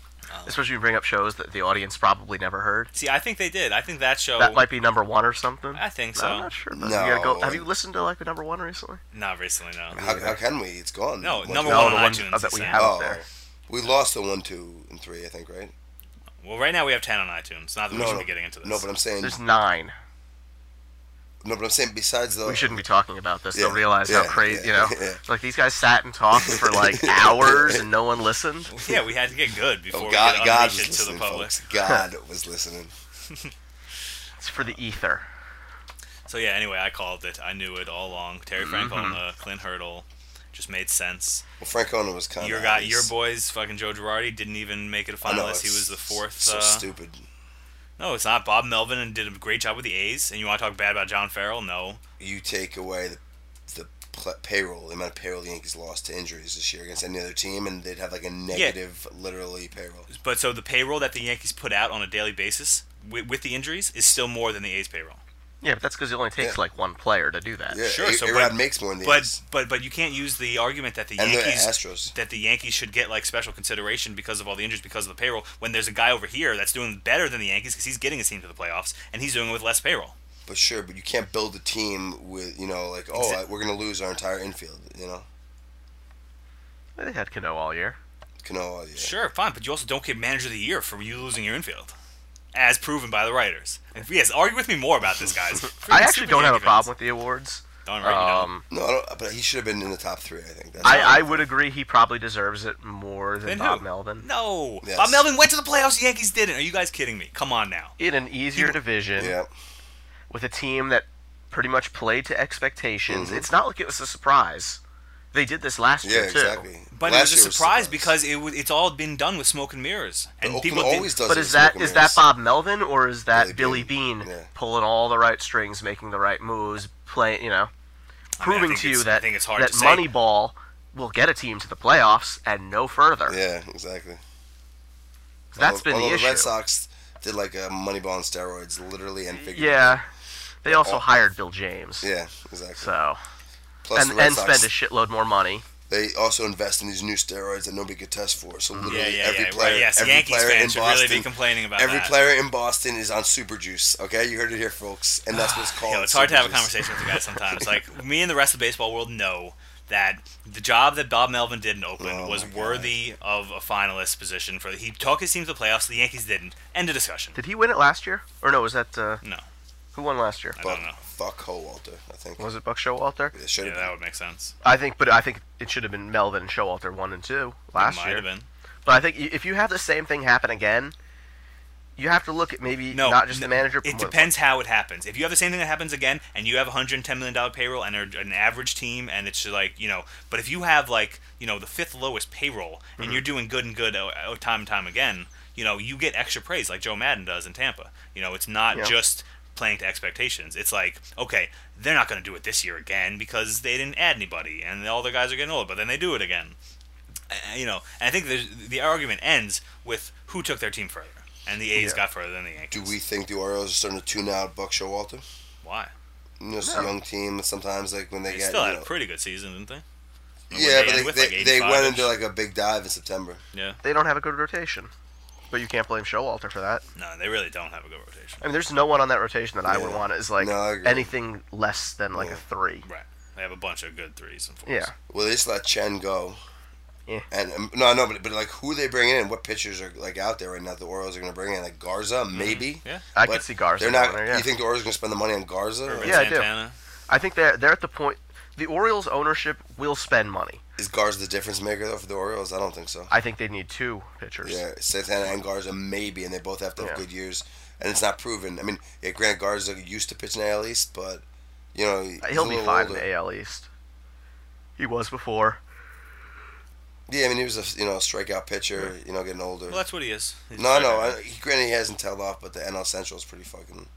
[SPEAKER 1] Especially when you bring up shows that the audience probably never heard.
[SPEAKER 2] See, I think they did. I think that show.
[SPEAKER 1] That might be number one or something.
[SPEAKER 2] I think
[SPEAKER 1] No,
[SPEAKER 2] so.
[SPEAKER 1] I'm not sure. But you gotta go.
[SPEAKER 3] No.
[SPEAKER 1] Have you listened to like the number one recently?
[SPEAKER 2] Not recently, no.
[SPEAKER 3] how, how can we it's gone
[SPEAKER 2] No,
[SPEAKER 3] One,
[SPEAKER 2] number
[SPEAKER 3] two.
[SPEAKER 1] No,
[SPEAKER 2] one
[SPEAKER 1] the
[SPEAKER 2] on
[SPEAKER 1] one
[SPEAKER 2] iTunes.
[SPEAKER 1] that
[SPEAKER 2] it's
[SPEAKER 1] we
[SPEAKER 2] saying.
[SPEAKER 1] have.
[SPEAKER 3] oh
[SPEAKER 1] out there.
[SPEAKER 3] we lost the one two and three i think right
[SPEAKER 2] Well, right now we have ten on iTunes. Not that we
[SPEAKER 3] no
[SPEAKER 2] should
[SPEAKER 3] no
[SPEAKER 2] be getting into this.
[SPEAKER 3] no but i'm saying
[SPEAKER 1] There's nine.
[SPEAKER 3] no but i'm saying besides the
[SPEAKER 1] We shouldn't be talking about this. They'll
[SPEAKER 3] Yeah,
[SPEAKER 1] realize how
[SPEAKER 3] yeah,
[SPEAKER 1] crazy,
[SPEAKER 3] yeah,
[SPEAKER 1] you know.
[SPEAKER 3] yeah.
[SPEAKER 1] Like these guys sat and talked for like hours and no one listened.
[SPEAKER 2] yeah, we had to get good before
[SPEAKER 3] oh
[SPEAKER 2] we
[SPEAKER 3] god
[SPEAKER 2] could
[SPEAKER 3] god
[SPEAKER 2] unleash
[SPEAKER 3] was
[SPEAKER 2] it to the
[SPEAKER 3] listening
[SPEAKER 2] public.
[SPEAKER 3] folks god was listening
[SPEAKER 1] It's for the ether.
[SPEAKER 2] So yeah, anyway, I called it. I knew it all along. Terry
[SPEAKER 3] Mm-hmm.
[SPEAKER 2] Francona, Clint Hurdle, just made sense.
[SPEAKER 3] well francona was kind
[SPEAKER 2] your
[SPEAKER 3] of
[SPEAKER 2] guy, your boys, fucking Joe Girardi didn't even make it a finalist. He was the fourth.
[SPEAKER 3] so
[SPEAKER 2] uh,
[SPEAKER 3] stupid
[SPEAKER 2] no, it's not. Bob Melvin and did a great job with the A's. And you want to talk bad about John Farrell? No.
[SPEAKER 3] you take away the, the pl- payroll, the amount of payroll the Yankees lost to injuries this year against any other team, and they'd have like a negative, literally payroll.
[SPEAKER 2] But so the payroll that the Yankees put out on a daily basis with, with the injuries is still more than the A's payroll.
[SPEAKER 1] Yeah, but that's because it only takes
[SPEAKER 3] Yeah.
[SPEAKER 1] like one player to do that.
[SPEAKER 3] Yeah,
[SPEAKER 2] Sure,
[SPEAKER 3] A-
[SPEAKER 2] so
[SPEAKER 3] A-Rod
[SPEAKER 2] but-
[SPEAKER 3] makes more than the
[SPEAKER 2] But
[SPEAKER 3] Yankees.
[SPEAKER 2] but but you can't use the argument that the
[SPEAKER 3] and the
[SPEAKER 2] Yankees
[SPEAKER 3] Astros.
[SPEAKER 2] that the Yankees should get like special consideration because of all the injuries, because of the payroll. When there's a guy over here that's doing better than the Yankees because he's getting his team to the playoffs and he's doing it with less payroll.
[SPEAKER 3] But sure, but you can't build a team with you know like oh
[SPEAKER 2] Exact-
[SPEAKER 3] I- we're gonna lose our entire infield. You know,
[SPEAKER 1] They had Cano all year.
[SPEAKER 3] Cano. Yeah.
[SPEAKER 2] Sure, fine, but you also don't get manager of the year for you losing your infield, as proven by the writers. And yes, argue with me more about this, guys.
[SPEAKER 1] I actually don't have a problem with the awards.
[SPEAKER 2] Don't right, you
[SPEAKER 1] Um,
[SPEAKER 3] No, I don't, but he should have been in the top three. I think. That's
[SPEAKER 1] I, I would agree he probably deserves it more than
[SPEAKER 2] Then
[SPEAKER 1] Bob
[SPEAKER 2] who?
[SPEAKER 1] Melvin.
[SPEAKER 2] No,
[SPEAKER 3] Yes.
[SPEAKER 2] Bob Melvin went to the playoffs. The Yankees didn't. Are you guys kidding me? Come on now.
[SPEAKER 1] In an easier division
[SPEAKER 3] yeah.
[SPEAKER 1] with a team that pretty much played to expectations, it's not like it was a surprise. They did this last
[SPEAKER 3] Mm-hmm. Yeah,
[SPEAKER 1] year too.
[SPEAKER 3] exactly.
[SPEAKER 2] But
[SPEAKER 3] Last
[SPEAKER 2] it
[SPEAKER 3] year
[SPEAKER 2] was a surprise, because it was, it's all been done with smoke and mirrors, and
[SPEAKER 3] Oakland
[SPEAKER 2] people
[SPEAKER 3] always
[SPEAKER 2] did,
[SPEAKER 3] does.
[SPEAKER 1] But
[SPEAKER 3] it
[SPEAKER 1] is
[SPEAKER 3] with
[SPEAKER 1] that
[SPEAKER 3] Brooklyn
[SPEAKER 1] is that
[SPEAKER 3] Nets.
[SPEAKER 1] Bob Melvin or is that Billy,
[SPEAKER 3] Billy Bean,
[SPEAKER 1] Bean,
[SPEAKER 3] yeah.
[SPEAKER 1] pulling all the right strings, making the right moves, playing you know, proving
[SPEAKER 2] think
[SPEAKER 1] to you
[SPEAKER 2] it's- I
[SPEAKER 1] that
[SPEAKER 2] think it's hard
[SPEAKER 1] that
[SPEAKER 2] to say.
[SPEAKER 1] Moneyball will get a team to the playoffs and no further.
[SPEAKER 3] Yeah, exactly.
[SPEAKER 1] So that's been
[SPEAKER 3] Although
[SPEAKER 1] the issue.
[SPEAKER 3] Red Sox did like a Moneyball on steroids, literally and figuratively.
[SPEAKER 1] yeah, they also
[SPEAKER 3] all-
[SPEAKER 1] hired Bill James.
[SPEAKER 3] Oh. Yeah, exactly.
[SPEAKER 1] So
[SPEAKER 3] Plus
[SPEAKER 1] and
[SPEAKER 3] the Red
[SPEAKER 1] and
[SPEAKER 3] Sox
[SPEAKER 1] spend a shitload more money.
[SPEAKER 3] they also invest in these new steroids that nobody could test for. So literally
[SPEAKER 2] Mm, Yeah, yeah,
[SPEAKER 3] every
[SPEAKER 2] yeah.
[SPEAKER 3] player,
[SPEAKER 2] right, yes,
[SPEAKER 3] every
[SPEAKER 2] Yankees
[SPEAKER 3] player
[SPEAKER 2] fans
[SPEAKER 3] in
[SPEAKER 2] should
[SPEAKER 3] Boston,
[SPEAKER 2] really be complaining about
[SPEAKER 3] every
[SPEAKER 2] that.
[SPEAKER 3] player in Boston is on super juice. Okay, you heard it here, folks, and that's what's called.
[SPEAKER 2] you know, it's hard to have a
[SPEAKER 3] Super Juice.
[SPEAKER 2] conversation with you guys sometimes. Like me and the rest of the baseball world know that the job that Bob Melvin did in Oakland
[SPEAKER 3] Oh,
[SPEAKER 2] was
[SPEAKER 3] my God.
[SPEAKER 2] worthy of a finalist position for. He took his team to the playoffs. The Yankees didn't. End of discussion.
[SPEAKER 1] Did he win it last year? Or no, was that uh,
[SPEAKER 2] No,
[SPEAKER 1] who won last year?
[SPEAKER 2] I
[SPEAKER 3] But
[SPEAKER 2] don't know.
[SPEAKER 3] fuck Walter, I think.
[SPEAKER 1] Was it Buck Showalter?
[SPEAKER 3] It should
[SPEAKER 2] Yeah,
[SPEAKER 3] have
[SPEAKER 2] that would make sense.
[SPEAKER 1] I think, but I think it should have been Melvin and Showalter one and two last
[SPEAKER 2] Might
[SPEAKER 1] year.
[SPEAKER 2] have been.
[SPEAKER 1] But I think i- if you have the same thing happen again, you have to look at maybe
[SPEAKER 2] No,
[SPEAKER 1] not just
[SPEAKER 2] no,
[SPEAKER 1] the manager.
[SPEAKER 2] It
[SPEAKER 1] but-
[SPEAKER 2] depends how it happens. If you have the same thing that happens again, and you have a hundred and ten million dollar payroll and are an average team, and it's just like you know, but if you have like you know the fifth lowest payroll and
[SPEAKER 1] Mm-hmm.
[SPEAKER 2] you're doing good and good oh, oh, time and time again, you know you get extra praise like Joe Madden does in Tampa. You know, it's not
[SPEAKER 1] Yeah.
[SPEAKER 2] just playing to expectations. It's like okay, they're not going to do it this year again because they didn't add anybody, and all their guys are getting old, but then they do it again. Uh, you know, and I think there's- the argument ends with who took their team further. And the A's
[SPEAKER 1] Yeah.
[SPEAKER 2] got further than the
[SPEAKER 3] Do
[SPEAKER 2] Yankees.
[SPEAKER 3] we think the Orioles are starting to tune out Buck Showalter?
[SPEAKER 2] Why?
[SPEAKER 3] You know, it's
[SPEAKER 1] No.
[SPEAKER 3] a young team. and Sometimes, like when they,
[SPEAKER 2] They
[SPEAKER 3] get,
[SPEAKER 2] still
[SPEAKER 3] you
[SPEAKER 2] had a
[SPEAKER 3] know-
[SPEAKER 2] pretty good season, didn't they? When
[SPEAKER 3] yeah,
[SPEAKER 2] ended
[SPEAKER 3] but
[SPEAKER 2] with,
[SPEAKER 3] they,
[SPEAKER 2] like,
[SPEAKER 3] they, they went
[SPEAKER 2] 85 -ish.
[SPEAKER 3] into like a big dive in September.
[SPEAKER 2] Yeah.
[SPEAKER 1] they don't have a good rotation, but you can't blame Showalter for that.
[SPEAKER 2] No, they really don't have a good rotation.
[SPEAKER 1] I mean, there's no one on that rotation that I would
[SPEAKER 3] Yeah.
[SPEAKER 1] want as like
[SPEAKER 3] No, I agree.
[SPEAKER 1] anything less than like
[SPEAKER 3] Yeah.
[SPEAKER 1] a three.
[SPEAKER 2] Right. They have a bunch of good threes and fours.
[SPEAKER 1] Yeah,
[SPEAKER 3] Well, they just let Chen go.
[SPEAKER 1] Yeah.
[SPEAKER 3] And um, no, no, but, but like who they bring in, what pitchers are like out there right now? The Orioles are going to bring in like Garza,
[SPEAKER 2] Mm-hmm.
[SPEAKER 3] maybe.
[SPEAKER 2] Yeah.
[SPEAKER 1] I
[SPEAKER 3] But
[SPEAKER 1] could see Garza.
[SPEAKER 3] They're
[SPEAKER 1] down
[SPEAKER 3] not.
[SPEAKER 1] there, yeah.
[SPEAKER 3] You think the Orioles are going to spend the money on Garza?
[SPEAKER 2] Irvin
[SPEAKER 1] Yeah, I do.
[SPEAKER 2] Santana.
[SPEAKER 1] I think they're they're at the point. The Orioles ownership will spend money.
[SPEAKER 3] Is Garza the difference maker though for the Orioles? I don't think so.
[SPEAKER 1] I think they need two pitchers.
[SPEAKER 3] Yeah, Santana and Garza maybe, and they both have to have
[SPEAKER 1] Yeah.
[SPEAKER 3] good years, and it's not proven. I mean, yeah, Grant Garza used to pitch in the AL East, but you know he's a
[SPEAKER 1] Uh, He'll be
[SPEAKER 3] little
[SPEAKER 1] fine in
[SPEAKER 3] older.
[SPEAKER 1] the AL East. He was before.
[SPEAKER 3] Yeah, I mean he was a you know strikeout pitcher, you know getting older.
[SPEAKER 2] Well, that's what he is. He's
[SPEAKER 3] no,
[SPEAKER 2] a
[SPEAKER 3] no,
[SPEAKER 2] striker.
[SPEAKER 3] I, he, granted he hasn't tailed off, but the NL Central is pretty fucking.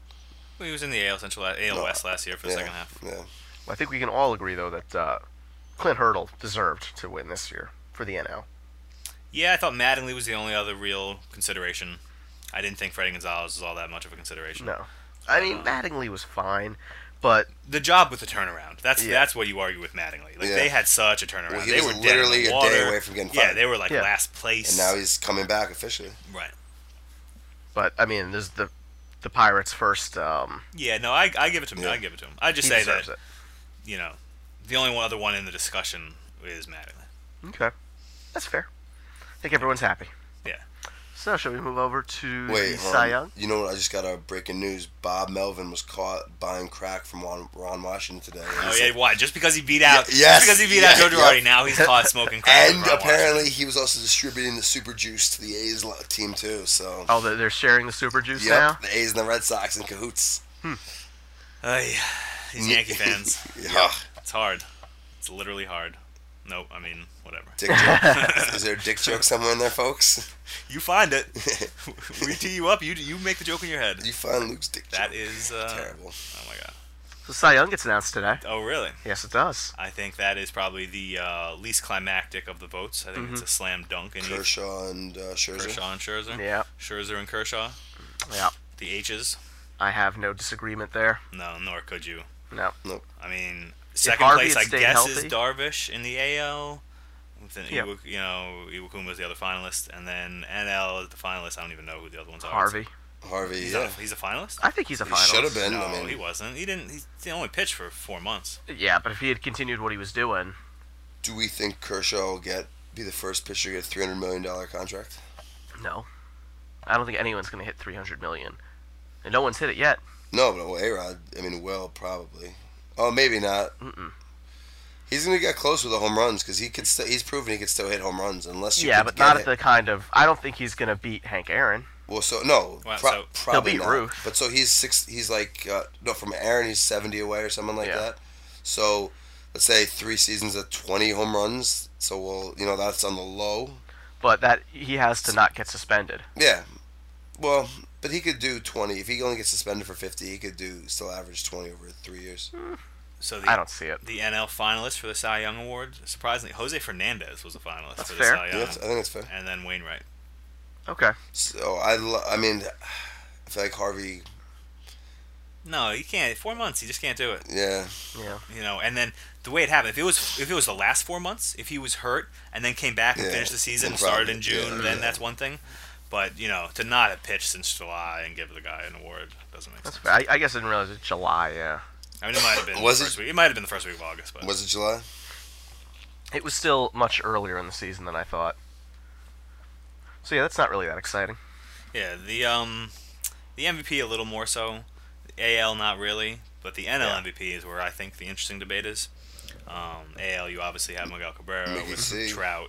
[SPEAKER 2] Well, he was in the AL Central, la- AL
[SPEAKER 3] No,
[SPEAKER 2] West last year for the
[SPEAKER 3] yeah,
[SPEAKER 2] second half.
[SPEAKER 3] Yeah.
[SPEAKER 1] I think we can all agree though that uh, Clint Hurdle deserved to win this year for the NL.
[SPEAKER 2] Yeah, I thought Mattingly was the only other real consideration. I didn't think Freddie Gonzalez was all that much of a consideration.
[SPEAKER 1] No, I mean Mattingly was fine, but
[SPEAKER 2] The job with the turnaround. That's
[SPEAKER 1] Yeah.
[SPEAKER 2] that's what you argue with Mattingly. Like
[SPEAKER 3] Yeah.
[SPEAKER 2] they had such a turnaround.
[SPEAKER 3] Well, he
[SPEAKER 2] they
[SPEAKER 3] was
[SPEAKER 2] were dead in
[SPEAKER 3] literally
[SPEAKER 2] the
[SPEAKER 3] a day
[SPEAKER 2] water.
[SPEAKER 3] away from getting
[SPEAKER 2] Yeah,
[SPEAKER 3] fired.
[SPEAKER 2] they were like
[SPEAKER 1] Yeah.
[SPEAKER 2] last place.
[SPEAKER 3] And now he's coming back officially.
[SPEAKER 1] Mm-hmm.
[SPEAKER 2] right.
[SPEAKER 1] but I mean this is the the Pirates' first. Um,
[SPEAKER 2] Yeah, no, I, I give it to him.
[SPEAKER 3] Yeah.
[SPEAKER 2] I give it to him. I
[SPEAKER 1] he
[SPEAKER 2] just say that
[SPEAKER 1] deserves it.
[SPEAKER 2] you know, the only one other one in the discussion is Mattingly.
[SPEAKER 1] Okay, that's fair. I think everyone's happy.
[SPEAKER 2] Yeah.
[SPEAKER 1] So shall we move over to
[SPEAKER 3] Wait,
[SPEAKER 1] the Cy
[SPEAKER 3] hold on.
[SPEAKER 1] Young?
[SPEAKER 3] you know what? I just got a breaking news. Bob Melvin was caught buying crack from Ron, Ron Washington today.
[SPEAKER 2] Oh yeah, why? Just because he beat out,
[SPEAKER 3] Ye- yes,
[SPEAKER 2] just because he beat
[SPEAKER 3] yeah,
[SPEAKER 2] out Joe Girardi,
[SPEAKER 3] yep.
[SPEAKER 2] now he's caught smoking crack.
[SPEAKER 3] And
[SPEAKER 2] with Ron
[SPEAKER 3] apparently he was also distributing the super juice to the A's lo- team too. So
[SPEAKER 1] Oh, they're- they're sharing the super juice
[SPEAKER 3] yep,
[SPEAKER 1] now.
[SPEAKER 3] the A's and the Red Sox in cahoots.
[SPEAKER 2] Washington. Ay, Oh, these Yankee fans,
[SPEAKER 3] Yeah.
[SPEAKER 2] it's hard. It's literally hard. Nope. I mean, whatever.
[SPEAKER 3] Dick joke. Is there a dick joke somewhere in there, folks?
[SPEAKER 2] You find it. we tee you up. You you make the joke in your head.
[SPEAKER 3] You find Luke's dick
[SPEAKER 2] That
[SPEAKER 3] joke.
[SPEAKER 2] is uh,
[SPEAKER 3] terrible.
[SPEAKER 2] Oh my god.
[SPEAKER 1] So Cy Young gets announced today.
[SPEAKER 2] Oh really?
[SPEAKER 1] Yes, it does.
[SPEAKER 2] I think that is probably the uh, least climactic of the votes. I think it's a slam dunk in each-
[SPEAKER 3] Kershaw and uh, Scherzer.
[SPEAKER 2] Kershaw and Scherzer.
[SPEAKER 1] Yeah,
[SPEAKER 2] Scherzer and Kershaw.
[SPEAKER 1] yeah.
[SPEAKER 2] The H's.
[SPEAKER 1] I have no disagreement there.
[SPEAKER 2] No, nor could you.
[SPEAKER 1] No.
[SPEAKER 2] I mean, second
[SPEAKER 1] Harvey
[SPEAKER 2] place,
[SPEAKER 1] had
[SPEAKER 2] I
[SPEAKER 1] stayed
[SPEAKER 2] guess,
[SPEAKER 1] healthy-
[SPEAKER 2] is Darvish in the AL. Then
[SPEAKER 1] Yeah.
[SPEAKER 2] Iwa, you know, Iwakuma was the other finalist, and then NL is the finalist. I don't even know who the other ones are.
[SPEAKER 1] Harvey.
[SPEAKER 3] Harvey.
[SPEAKER 2] He's,
[SPEAKER 3] yeah.
[SPEAKER 2] not a- he's a finalist.
[SPEAKER 1] I think he's a
[SPEAKER 3] He should have
[SPEAKER 1] finalist.
[SPEAKER 3] been.
[SPEAKER 2] no,
[SPEAKER 3] I mean,
[SPEAKER 2] he wasn't. He didn't. He, he only pitched for four months.
[SPEAKER 1] Yeah, but if he had continued what he was doing,
[SPEAKER 3] do we think Kershaw will get be the first pitcher to get a three hundred million dollar contract?
[SPEAKER 1] no. I don't think anyone's going to hit 300 million. And no one's hit it yet.
[SPEAKER 3] No, but well, A Rod. I mean, will probably. Oh, maybe not.
[SPEAKER 1] Mm-mm.
[SPEAKER 3] He's gonna get close with the home runs because he could. St- he's proven he could still hit home runs unless you.
[SPEAKER 1] yeah,
[SPEAKER 3] could
[SPEAKER 1] but
[SPEAKER 3] get
[SPEAKER 1] not at
[SPEAKER 3] it.
[SPEAKER 1] the kind of. I don't think he's going to beat Hank Aaron.
[SPEAKER 3] Well, so no,
[SPEAKER 2] Wow,
[SPEAKER 3] pro-
[SPEAKER 2] so-
[SPEAKER 3] probably
[SPEAKER 1] He'll beat
[SPEAKER 3] not.
[SPEAKER 1] Ruth.
[SPEAKER 3] But so he's six. He's like uh, no from Aaron. He's seventy away or something like
[SPEAKER 1] Yeah.
[SPEAKER 3] that. So let's say three seasons of twenty home runs. So we'll you know that's on the low.
[SPEAKER 1] But that he has to not get suspended.
[SPEAKER 3] Yeah. Well, but he could do twenty if he only gets suspended for fifty. He could do still average twenty over three years.
[SPEAKER 2] So the
[SPEAKER 1] I don't see it.
[SPEAKER 2] the NL finalist for the Cy Young Award, surprisingly, Jose Fernandez was a finalist
[SPEAKER 1] That's
[SPEAKER 2] for
[SPEAKER 1] fair.
[SPEAKER 2] the Cy
[SPEAKER 3] Yeah,
[SPEAKER 2] Young,
[SPEAKER 3] that's- I think that's fair.
[SPEAKER 2] and then Wainwright.
[SPEAKER 1] Okay.
[SPEAKER 3] So I lo- I mean, I feel like Harvey.
[SPEAKER 2] No, you can't. Four months, you just can't do it.
[SPEAKER 3] Yeah.
[SPEAKER 1] Yeah.
[SPEAKER 2] you know and then the way it happened if it was if it was the last four months if he was hurt and then came back and
[SPEAKER 3] Yeah,
[SPEAKER 2] finished the season
[SPEAKER 3] no
[SPEAKER 2] started in
[SPEAKER 3] problem.
[SPEAKER 2] june
[SPEAKER 3] Yeah,
[SPEAKER 2] then
[SPEAKER 3] yeah.
[SPEAKER 2] that's one thing but you know to not have pitched since july and give the guy an award doesn't make
[SPEAKER 1] That's
[SPEAKER 2] sense
[SPEAKER 1] fair. I, I guess I didn't realize it's July, yeah.
[SPEAKER 2] i mean it might have been
[SPEAKER 3] Was
[SPEAKER 2] the
[SPEAKER 3] it-
[SPEAKER 2] first week it might have been the first week of august but
[SPEAKER 3] Was it July?
[SPEAKER 1] It was still much earlier in the season than I thought. So yeah, that's not really that exciting.
[SPEAKER 2] yeah the um the mvp a little more so the al not really but the nl mvp is where i think the interesting debate is um al you obviously have miguel cabrera
[SPEAKER 3] Mickey
[SPEAKER 2] with
[SPEAKER 3] C.
[SPEAKER 2] trout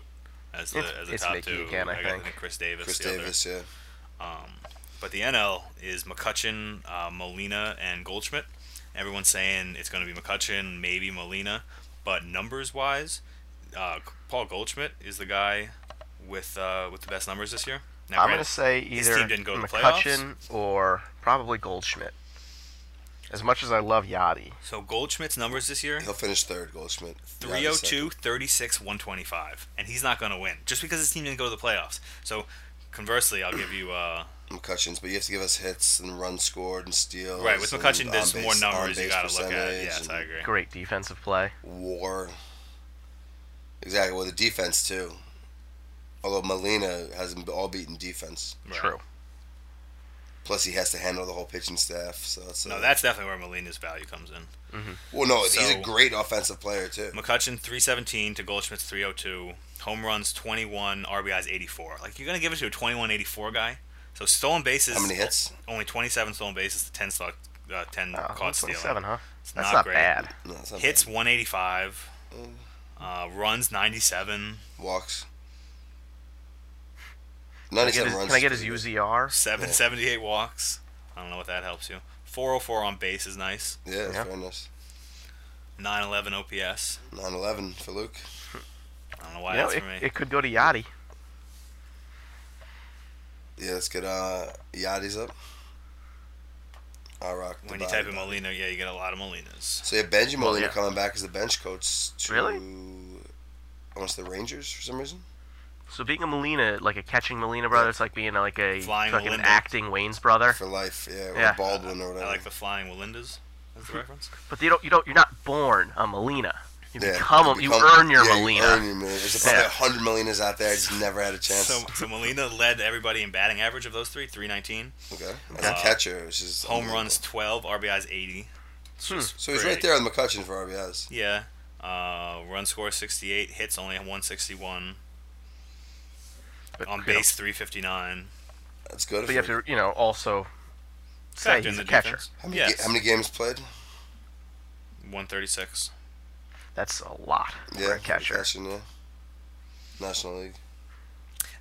[SPEAKER 2] as the,
[SPEAKER 1] It's-
[SPEAKER 2] as the
[SPEAKER 1] it's
[SPEAKER 2] top
[SPEAKER 1] Mickey
[SPEAKER 2] two
[SPEAKER 1] again, I
[SPEAKER 2] got-
[SPEAKER 1] think.
[SPEAKER 2] chris davis
[SPEAKER 3] Chris
[SPEAKER 2] the other.
[SPEAKER 3] Davis. Yeah.
[SPEAKER 2] Um, But the NL is McCutcheon, uh, Molina, and Goldschmidt. Everyone's saying it's going to be McCutcheon, maybe Molina, but numbers wise, uh, Paul Goldschmidt is the guy with uh, with the best numbers this year. Now,
[SPEAKER 1] I'm
[SPEAKER 2] granted,
[SPEAKER 1] going to say
[SPEAKER 2] his
[SPEAKER 1] either
[SPEAKER 2] team didn't go to the
[SPEAKER 1] McCutcheon or probably Goldschmidt. As much as I love Yachty,
[SPEAKER 2] so Goldschmidt's numbers this year
[SPEAKER 3] He'll finish third, Goldschmidt. Yachty
[SPEAKER 2] 302, 36, 125. And he's not going to win just because his team didn't go to the playoffs. So, conversely, I'll give you. Uh,
[SPEAKER 3] second, McCutcheon's, but you have to give us hits and runs scored and steals.
[SPEAKER 2] right, with
[SPEAKER 3] and
[SPEAKER 2] McCutcheon, there's
[SPEAKER 3] on-base-
[SPEAKER 2] more numbers you
[SPEAKER 3] on-base
[SPEAKER 2] got to look at.
[SPEAKER 3] percentage
[SPEAKER 2] Yes, I
[SPEAKER 3] and
[SPEAKER 2] agree.
[SPEAKER 1] great defensive play.
[SPEAKER 3] War. Exactly. Well, the defense too. Although Molina has them all beaten defense.
[SPEAKER 2] Right.
[SPEAKER 1] True.
[SPEAKER 3] Plus, he has to handle the whole pitching staff. So that's a,
[SPEAKER 2] No, that's definitely where Molina's value comes in.
[SPEAKER 3] well, no, he's
[SPEAKER 2] so-
[SPEAKER 3] a great offensive player too.
[SPEAKER 2] McCutcheon 317 to Goldschmidt's 302. Home runs 21, RBIs 84. Like you're gonna give it to a 21 84 guy. So stolen bases.
[SPEAKER 3] How many hits?
[SPEAKER 2] Only 27 stolen bases to 10 stock, uh, 10
[SPEAKER 1] Uh,
[SPEAKER 2] caught stealing.
[SPEAKER 1] 27, huh?
[SPEAKER 2] It's
[SPEAKER 1] That's
[SPEAKER 2] not
[SPEAKER 1] not,
[SPEAKER 2] great.
[SPEAKER 1] bad.
[SPEAKER 3] No, it's not
[SPEAKER 2] Hits 185. Uh, runs 97.
[SPEAKER 3] bad. walks.
[SPEAKER 1] Can I get
[SPEAKER 3] 97
[SPEAKER 1] his,
[SPEAKER 3] runs.
[SPEAKER 1] can I get his
[SPEAKER 3] is pretty good.
[SPEAKER 1] UZR?
[SPEAKER 2] 778 walks. I don't know what that helps you. 404 on base is nice.
[SPEAKER 3] Yeah, that's
[SPEAKER 1] Yeah.
[SPEAKER 3] very nice.
[SPEAKER 2] 911 OPS.
[SPEAKER 3] 9-11 for Luke.
[SPEAKER 2] I don't know why
[SPEAKER 1] You know,
[SPEAKER 2] that's
[SPEAKER 1] it,
[SPEAKER 2] for me.
[SPEAKER 1] it could go to Yachty.
[SPEAKER 3] Yeah, let's get uh, Yachty's up. I rock. the
[SPEAKER 2] when you
[SPEAKER 3] body.
[SPEAKER 2] type in Molina, yeah, you get a lot of Molinas.
[SPEAKER 3] So yeah, Benji Molina
[SPEAKER 1] yeah.
[SPEAKER 3] coming back as the bench coach to
[SPEAKER 1] Really?
[SPEAKER 3] almost the Rangers for some reason.
[SPEAKER 1] So being a Molina, like a catching Molina brother, it's like being like a
[SPEAKER 2] Flying
[SPEAKER 1] fucking
[SPEAKER 2] Melinda.
[SPEAKER 1] acting Wayne's brother.
[SPEAKER 3] For life, yeah, or
[SPEAKER 1] Yeah.
[SPEAKER 3] Baldwin or whatever.
[SPEAKER 2] I like the flying Walindas. That's the reference.
[SPEAKER 1] But you don't, you don't, you're not born a Molina. You
[SPEAKER 3] Yeah,
[SPEAKER 1] become, a, you earn your
[SPEAKER 3] yeah,
[SPEAKER 1] Molina.
[SPEAKER 3] You earn your Molina. There's probably
[SPEAKER 1] Yeah.
[SPEAKER 3] a hundred Molinas out there. I just never had a chance.
[SPEAKER 2] So, so Molina led everybody in batting average of those three, 319.
[SPEAKER 3] okay, as a
[SPEAKER 2] Yeah.
[SPEAKER 3] catcher, which is
[SPEAKER 2] uh, Home
[SPEAKER 3] unbelievable.
[SPEAKER 2] runs 12, RBIs 80. It's
[SPEAKER 1] Hmm.
[SPEAKER 2] just
[SPEAKER 3] So he's
[SPEAKER 2] great.
[SPEAKER 3] right there on McCutcheon for RBIs.
[SPEAKER 2] Yeah. Uh, run score 68, hits only 161,
[SPEAKER 1] But,
[SPEAKER 2] on
[SPEAKER 1] you know,
[SPEAKER 2] base 359.
[SPEAKER 3] That's good.
[SPEAKER 1] But you have to, you know, also say
[SPEAKER 2] Factor in
[SPEAKER 1] he's
[SPEAKER 2] the
[SPEAKER 1] a catcher.
[SPEAKER 2] defense.
[SPEAKER 3] How many, ga-
[SPEAKER 2] Yes.
[SPEAKER 3] how many games played?
[SPEAKER 2] 136.
[SPEAKER 1] That's a lot for a
[SPEAKER 3] for
[SPEAKER 1] catcher.
[SPEAKER 3] catching, yeah. National League.